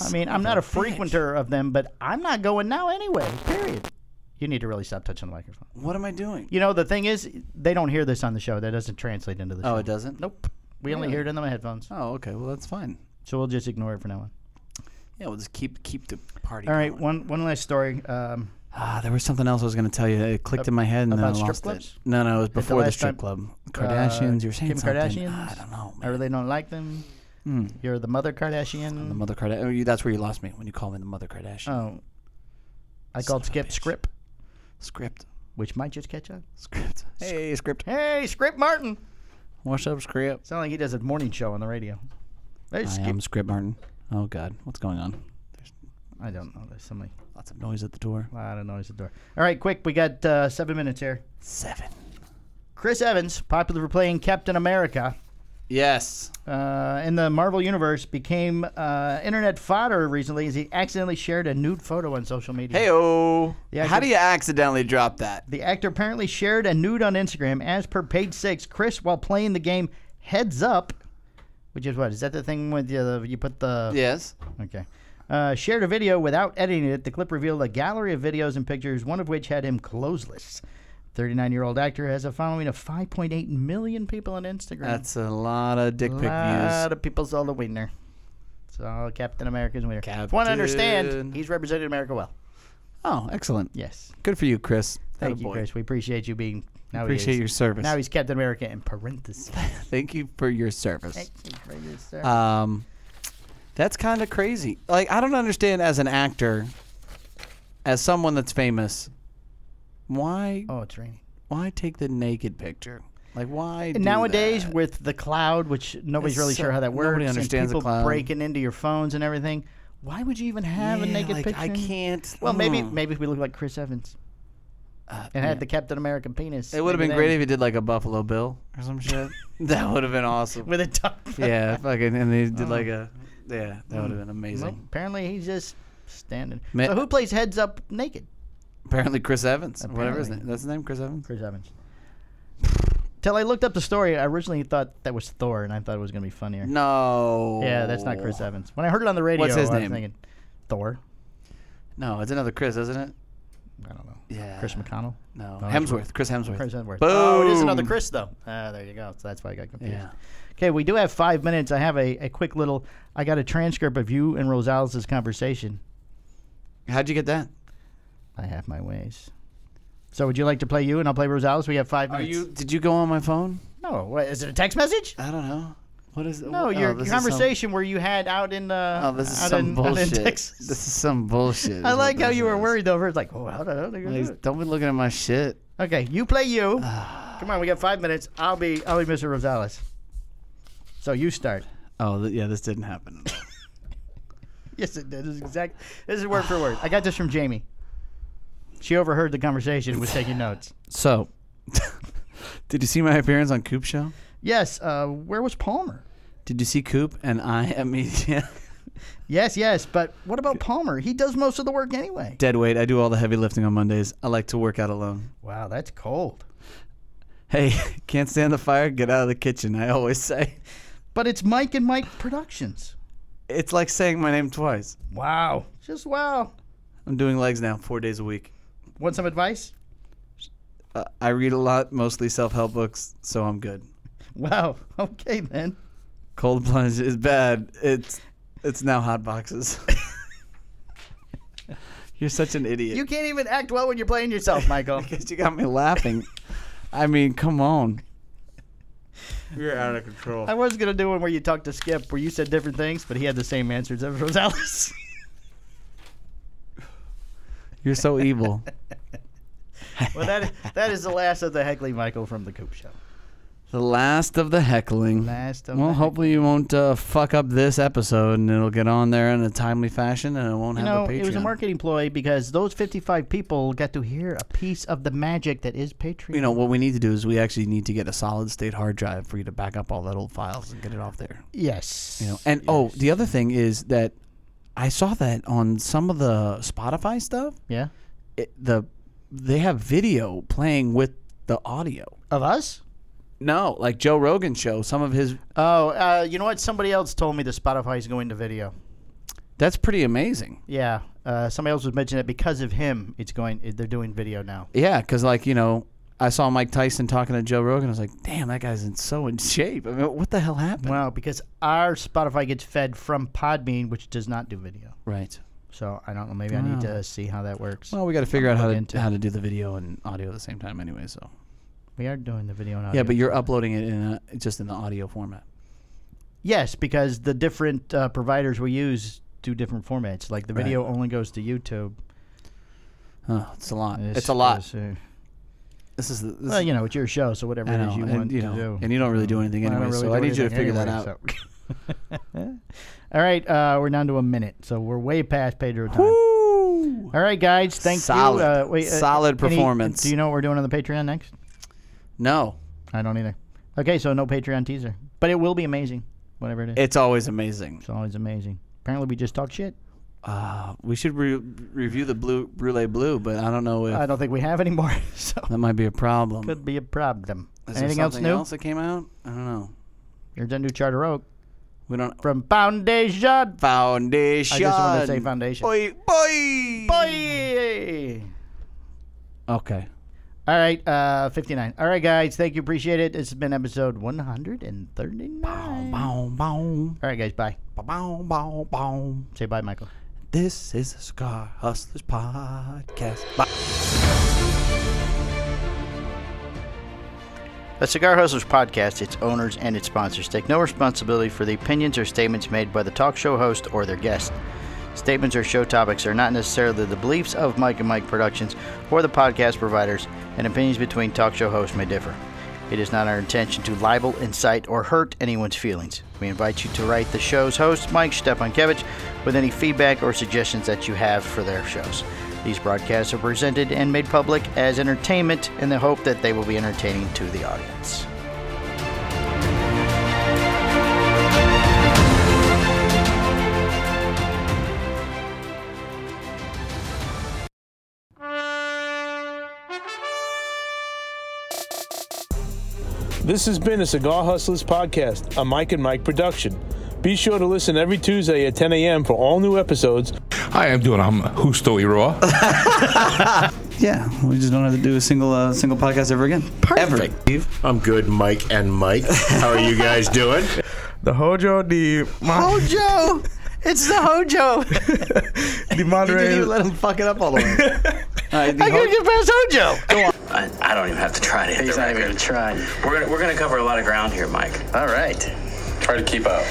Speaker 2: I mean, I'm not a frequenter of them, but I'm not going now anyway. Period. You need to really stop touching the microphone.
Speaker 1: What am I doing?
Speaker 2: You know, the thing is, they don't hear this on the show. That doesn't translate into the show.
Speaker 1: Oh, it doesn't.
Speaker 2: Nope. We only hear it in the headphones,
Speaker 1: Oh, okay. Well, that's fine.
Speaker 2: so we'll just ignore it for now on.
Speaker 1: Yeah, we'll just keep keep the party.
Speaker 2: All right,
Speaker 1: going.
Speaker 2: one one last story. Um,
Speaker 1: Ah, there was something else I was going to tell you. It clicked in my head and then I
Speaker 2: about strip
Speaker 1: lost
Speaker 2: clubs?
Speaker 1: it. No, no, it was before the,
Speaker 2: last
Speaker 1: strip
Speaker 2: time- uh,
Speaker 1: club. Kardashians. you're saying
Speaker 2: Kim
Speaker 1: something. Ah,
Speaker 2: Kardashians?
Speaker 1: I don't know.
Speaker 2: I
Speaker 1: Man.
Speaker 2: really don't like them.
Speaker 1: Hmm.
Speaker 2: You're the mother Kardashian.
Speaker 1: The mother Kardashian. Oh, you, that's where you lost me when you called me the mother Kardashian.
Speaker 2: Oh. I called
Speaker 1: Son of a
Speaker 2: Skip
Speaker 1: bitch.
Speaker 2: Script,
Speaker 1: Script.
Speaker 2: which might just catch on.
Speaker 1: Script. Hey, script.
Speaker 2: [laughs] Hey, Script Martin.
Speaker 1: What's up, script?
Speaker 2: Sound like he does a morning show on the radio. There's
Speaker 1: I
Speaker 2: Skip.
Speaker 1: am script Martin. Oh God, what's going on? There's
Speaker 2: I don't know. There's somebody.
Speaker 1: lots of noise at the door.
Speaker 2: A lot of noise at the door. All right, quick. We got uh, seven minutes here.
Speaker 1: Seven.
Speaker 2: Chris Evans, popular for playing Captain America
Speaker 1: Yes.
Speaker 2: uh, in the Marvel Universe, became uh, internet fodder recently as he accidentally shared a nude photo on social media.
Speaker 1: oh.
Speaker 2: Yeah, I
Speaker 1: How
Speaker 2: could-
Speaker 1: do you accidentally drop that?
Speaker 2: The actor apparently shared a nude on Instagram. As per page six, Chris, while playing the game Heads Up, which is what? Is that the thing with the, you uh, put the.
Speaker 1: Yes.
Speaker 2: Okay. Uh, shared a video without editing it. The clip revealed a gallery of videos and pictures, one of which had him clothesless. 39 year old actor has a following of 5.8 million people on Instagram.
Speaker 1: That's a lot of dick
Speaker 2: a
Speaker 1: pic
Speaker 2: lot
Speaker 1: views.
Speaker 2: of people's all the winner. So Captain America's winner.
Speaker 1: Captain.
Speaker 2: Want to understand? He's represented America well.
Speaker 1: Oh, excellent.
Speaker 2: Yes.
Speaker 1: Good for you, Chris.
Speaker 2: Thank you,
Speaker 1: Attaboy.
Speaker 2: Chris. We appreciate you being. Now he
Speaker 1: Appreciate
Speaker 2: is-
Speaker 1: your service.
Speaker 2: Now he's Captain America in parentheses.
Speaker 1: [laughs] Thank you for your service.
Speaker 2: Thank you for your service.
Speaker 1: Um, that's kind of crazy. Like, I don't understand as an actor, as someone that's famous, why
Speaker 2: oh, it's raining.
Speaker 1: why take the naked picture? Like, why? do
Speaker 2: Nowadays,
Speaker 1: that?
Speaker 2: with the cloud, which nobody's
Speaker 1: It's
Speaker 2: really
Speaker 1: so-
Speaker 2: sure how that works,
Speaker 1: nobody understands the
Speaker 2: and people
Speaker 1: cloud.
Speaker 2: breaking into your phones and everything, why would you even have a
Speaker 1: Yeah,
Speaker 2: naked
Speaker 1: like,
Speaker 2: picture?
Speaker 1: I
Speaker 2: in-
Speaker 1: can't.
Speaker 2: Well, maybe
Speaker 1: mm.
Speaker 2: maybe if we look like Chris Evans
Speaker 1: Uh,
Speaker 2: and had
Speaker 1: yeah.
Speaker 2: the Captain American penis,
Speaker 1: It would have been
Speaker 2: maybe then-
Speaker 1: great if you did like a Buffalo Bill or some
Speaker 2: [laughs]
Speaker 1: shit. [laughs] that would have been awesome.
Speaker 2: with
Speaker 1: [laughs]
Speaker 2: a top.
Speaker 1: yeah, fucking, and they did like a
Speaker 2: Uh-huh.
Speaker 1: yeah. That would have been amazing.
Speaker 2: [laughs] Well, apparently, he's just standing.
Speaker 1: Ma-
Speaker 2: so who plays heads up naked?
Speaker 1: Apparently, Chris Evans, or whatever his
Speaker 2: Apparently.
Speaker 1: name. That's his name, Chris Evans.
Speaker 2: Chris Evans. Till I looked up the story, I originally thought that was Thor, and I thought it was gonna be funnier.
Speaker 1: No.
Speaker 2: Yeah, that's not Chris Evans. When I heard it on the radio,
Speaker 1: his
Speaker 2: I was
Speaker 1: name?
Speaker 2: thinking Thor.
Speaker 1: No, it's another Chris, isn't it?
Speaker 2: I don't know.
Speaker 1: Yeah.
Speaker 2: Chris McConnell.
Speaker 1: No,
Speaker 2: No, that's
Speaker 1: Hemsworth. Chris Hemsworth.
Speaker 2: Chris Hemsworth.
Speaker 1: Boom.
Speaker 2: Oh, it is another Chris though. Ah, there you go. So that's why I got confused.
Speaker 1: Yeah.
Speaker 2: Okay, we do have five minutes. I have a, a quick little. I got a transcript of you and Rosales' conversation.
Speaker 1: How'd you get that?
Speaker 2: I have my ways. So would you like to play you and I'll play Rosales? We have five
Speaker 1: Are
Speaker 2: minutes.
Speaker 1: you? Did you go on my phone?
Speaker 2: No. What, is it a text message?
Speaker 1: I don't know. What is?
Speaker 2: No,
Speaker 1: oh,
Speaker 2: your
Speaker 1: this is some-
Speaker 2: conversation where you had out in. Uh,
Speaker 1: Oh, this is
Speaker 2: out
Speaker 1: some
Speaker 2: in, out in
Speaker 1: bullshit. This
Speaker 2: Texas.
Speaker 1: is some bullshit.
Speaker 2: [laughs] I
Speaker 1: is
Speaker 2: like
Speaker 1: what
Speaker 2: how
Speaker 1: this
Speaker 2: you were
Speaker 1: is.
Speaker 2: worried though. It's like, oh, how the hell they gonna do
Speaker 1: Like,
Speaker 2: it?
Speaker 1: don't be looking at my shit.
Speaker 2: Okay, you
Speaker 1: [sighs]
Speaker 2: play you. Come on, we got five minutes. I'll be I'll be Mr. Rosales. So you start.
Speaker 1: Oh, th- yeah, this didn't [laughs] happen.
Speaker 2: [laughs] Yes, it did. This is exact. This is word for word. I got this from Jamie. She overheard the conversation and was taking [laughs] notes.
Speaker 1: so, [laughs] did you see my appearance on Coop Show?
Speaker 2: Yes. Uh, where was Palmer?
Speaker 1: Did you see Coop and I at media? [laughs]
Speaker 2: Yes, yes. But what about Palmer? He does most of the work anyway.
Speaker 1: Dead weight. I do all the heavy lifting on Mondays. I like to work out alone.
Speaker 2: Wow, that's cold.
Speaker 1: Hey, [laughs] can't stand the fire? Get out of the kitchen. I always say.
Speaker 2: But it's Mike and Mike Productions.
Speaker 1: It's like saying my name twice.
Speaker 2: Wow. Just wow.
Speaker 1: I'm doing legs now, four days a week.
Speaker 2: Want some advice?
Speaker 1: Uh, I read a lot, mostly self help books, so I'm good.
Speaker 2: Wow. [laughs] Okay then.
Speaker 1: Cold plunge is bad. It's it's now hot boxes. [laughs] You're such an idiot.
Speaker 2: You can't even act well when you're playing [laughs] yourself,
Speaker 1: [laughs]
Speaker 2: Michael.
Speaker 1: Because you got me laughing. I mean, come on. You're out of control.
Speaker 2: I was gonna do one where you talked to Skip, where you said different things, but he had the same answers as Rosales.
Speaker 1: You're so evil.
Speaker 2: [laughs] well, that that is the last of the heckling Michael from the Coop Show.
Speaker 1: The last of the heckling.
Speaker 2: Last of
Speaker 1: well,
Speaker 2: the
Speaker 1: hopefully you won't uh, fuck up this episode, and it'll get on there in a timely fashion, and it won't
Speaker 2: You
Speaker 1: have
Speaker 2: know,
Speaker 1: a Patreon.
Speaker 2: it was a marketing ploy because those 55 people got to hear a piece of the magic that is Patreon.
Speaker 1: you know what we need to do is we actually need to get a solid state hard drive for you to back up all that old files and get it off there.
Speaker 2: yes.
Speaker 1: You know, and oh, the other thing is that I saw that on some of the Spotify stuff,
Speaker 2: yeah,
Speaker 1: it, the they have video playing with the audio.
Speaker 2: of us.
Speaker 1: No, like Joe Rogan show, some of his
Speaker 2: Oh, uh, you know what? Somebody else told me that Spotify is going to video.
Speaker 1: that's pretty amazing.
Speaker 2: Yeah, uh, somebody else was mentioning that because of him, it's going. They're doing video now.
Speaker 1: Yeah, because like you know, I saw Mike Tyson talking to Joe Rogan. I was like, damn, that guy's in so in shape. I mean, what the hell happened?
Speaker 2: Wow, because our Spotify gets fed from Podbean, which does not do video.
Speaker 1: right.
Speaker 2: So I don't know. Maybe I
Speaker 1: Wow.
Speaker 2: need to see how that works.
Speaker 1: Ah. Well, we got to figure out how
Speaker 2: look
Speaker 1: to
Speaker 2: into it.
Speaker 1: how to do the video and audio at the same time, anyway. So.
Speaker 2: we are doing the video and audio.
Speaker 1: Yeah, but you're uploading it in a, just in the audio format.
Speaker 2: Yes, because the different uh, providers we use do different formats. Like the
Speaker 1: Right.
Speaker 2: video only goes to YouTube.
Speaker 1: Oh, it's a lot. It's,
Speaker 2: This
Speaker 1: a lot.
Speaker 2: is, uh,
Speaker 1: this is the, this
Speaker 2: well, you know, it's your show, so whatever
Speaker 1: I
Speaker 2: it
Speaker 1: know,
Speaker 2: is you
Speaker 1: and
Speaker 2: want
Speaker 1: you
Speaker 2: to
Speaker 1: know,
Speaker 2: do. Mm-hmm.
Speaker 1: and you don't really do anything
Speaker 2: Well,
Speaker 1: anyway.
Speaker 2: don't really
Speaker 1: so
Speaker 2: do
Speaker 1: I need you to
Speaker 2: anything
Speaker 1: figure that
Speaker 2: anyway,
Speaker 1: out.
Speaker 2: so. [laughs] All right, uh, we're down to a minute, so we're way past Pedro time.
Speaker 1: Woo!
Speaker 2: All right, guys, thank
Speaker 1: Solid.
Speaker 2: you. Uh, wait, uh,
Speaker 1: Solid
Speaker 2: any-
Speaker 1: performance.
Speaker 2: do you know what we're doing on the Patreon next?
Speaker 1: No,
Speaker 2: I don't either. Okay, so no Patreon teaser, but it will be amazing, whatever it is.
Speaker 1: it's always amazing.
Speaker 2: it's always amazing. Apparently, we just talk shit.
Speaker 1: Uh, we should re- review the blue Brule Blue, but I don't know if
Speaker 2: I don't think we have anymore, [laughs] so
Speaker 1: that might be a problem.
Speaker 2: Uh, could be a problem.
Speaker 1: Is there
Speaker 2: Anything else
Speaker 1: something
Speaker 2: new?
Speaker 1: that came out? I don't know.
Speaker 2: You're done to Charter Oak.
Speaker 1: We don't.
Speaker 2: from Foundation.
Speaker 1: Foundation.
Speaker 2: I just wanted to say foundation.
Speaker 1: Boy, boy,
Speaker 2: Boy.
Speaker 1: Okay.
Speaker 2: All right, uh, 59. All right, guys. Thank you. Appreciate it. This has been episode 139. All
Speaker 1: Bow, bow,
Speaker 2: right, guys. Bye.
Speaker 1: bow, bow, bow, bow.
Speaker 2: Say bye, Michael.
Speaker 1: This is the Cigar Hustlers podcast. Bye.
Speaker 2: The Cigar Hustlers podcast, its owners, and its sponsors take no responsibility for the opinions or statements made by the talk show host or their guest. Statements or show topics are not necessarily the beliefs of Mike and Mike Productions or the podcast providers, and opinions between talk show hosts may differ. It is not our intention to libel, incite, or hurt anyone's feelings. We invite you to write the show's host, Mike Stepankevich, with any feedback or suggestions that you have for their shows. These broadcasts are presented and made public as entertainment in the hope that they will be entertaining to the audience.
Speaker 5: This has been a Cigar Hustlers podcast, a Mike and Mike production. Be sure to listen every Tuesday at 10 a.m. for all new episodes
Speaker 6: Hi, I'm doing. I'm Husto Iroa.
Speaker 1: Yeah, we just don't have to do a single uh, single podcast ever again. Ever. Steve.
Speaker 7: I'm good, Mike and Mike. How are you guys doing?
Speaker 8: The Hojo, the Mon-
Speaker 2: Hojo! It's the Hojo!
Speaker 8: the Monterey.
Speaker 1: let him fuck it up all the way. [laughs] all right, the
Speaker 2: I gotta
Speaker 1: ho-
Speaker 2: get past Hojo!
Speaker 9: I, I don't even have to try to hit the record. We're gonna we're gonna cover a lot of ground here, Mike.
Speaker 2: All right.
Speaker 9: Try to keep up.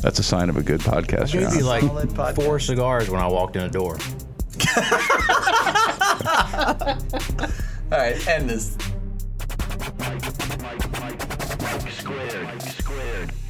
Speaker 6: That's a sign of a good podcast. John.
Speaker 10: Maybe like four cigars when I walked in the door.
Speaker 1: all right, end this.
Speaker 9: Mike squared. Mike squared.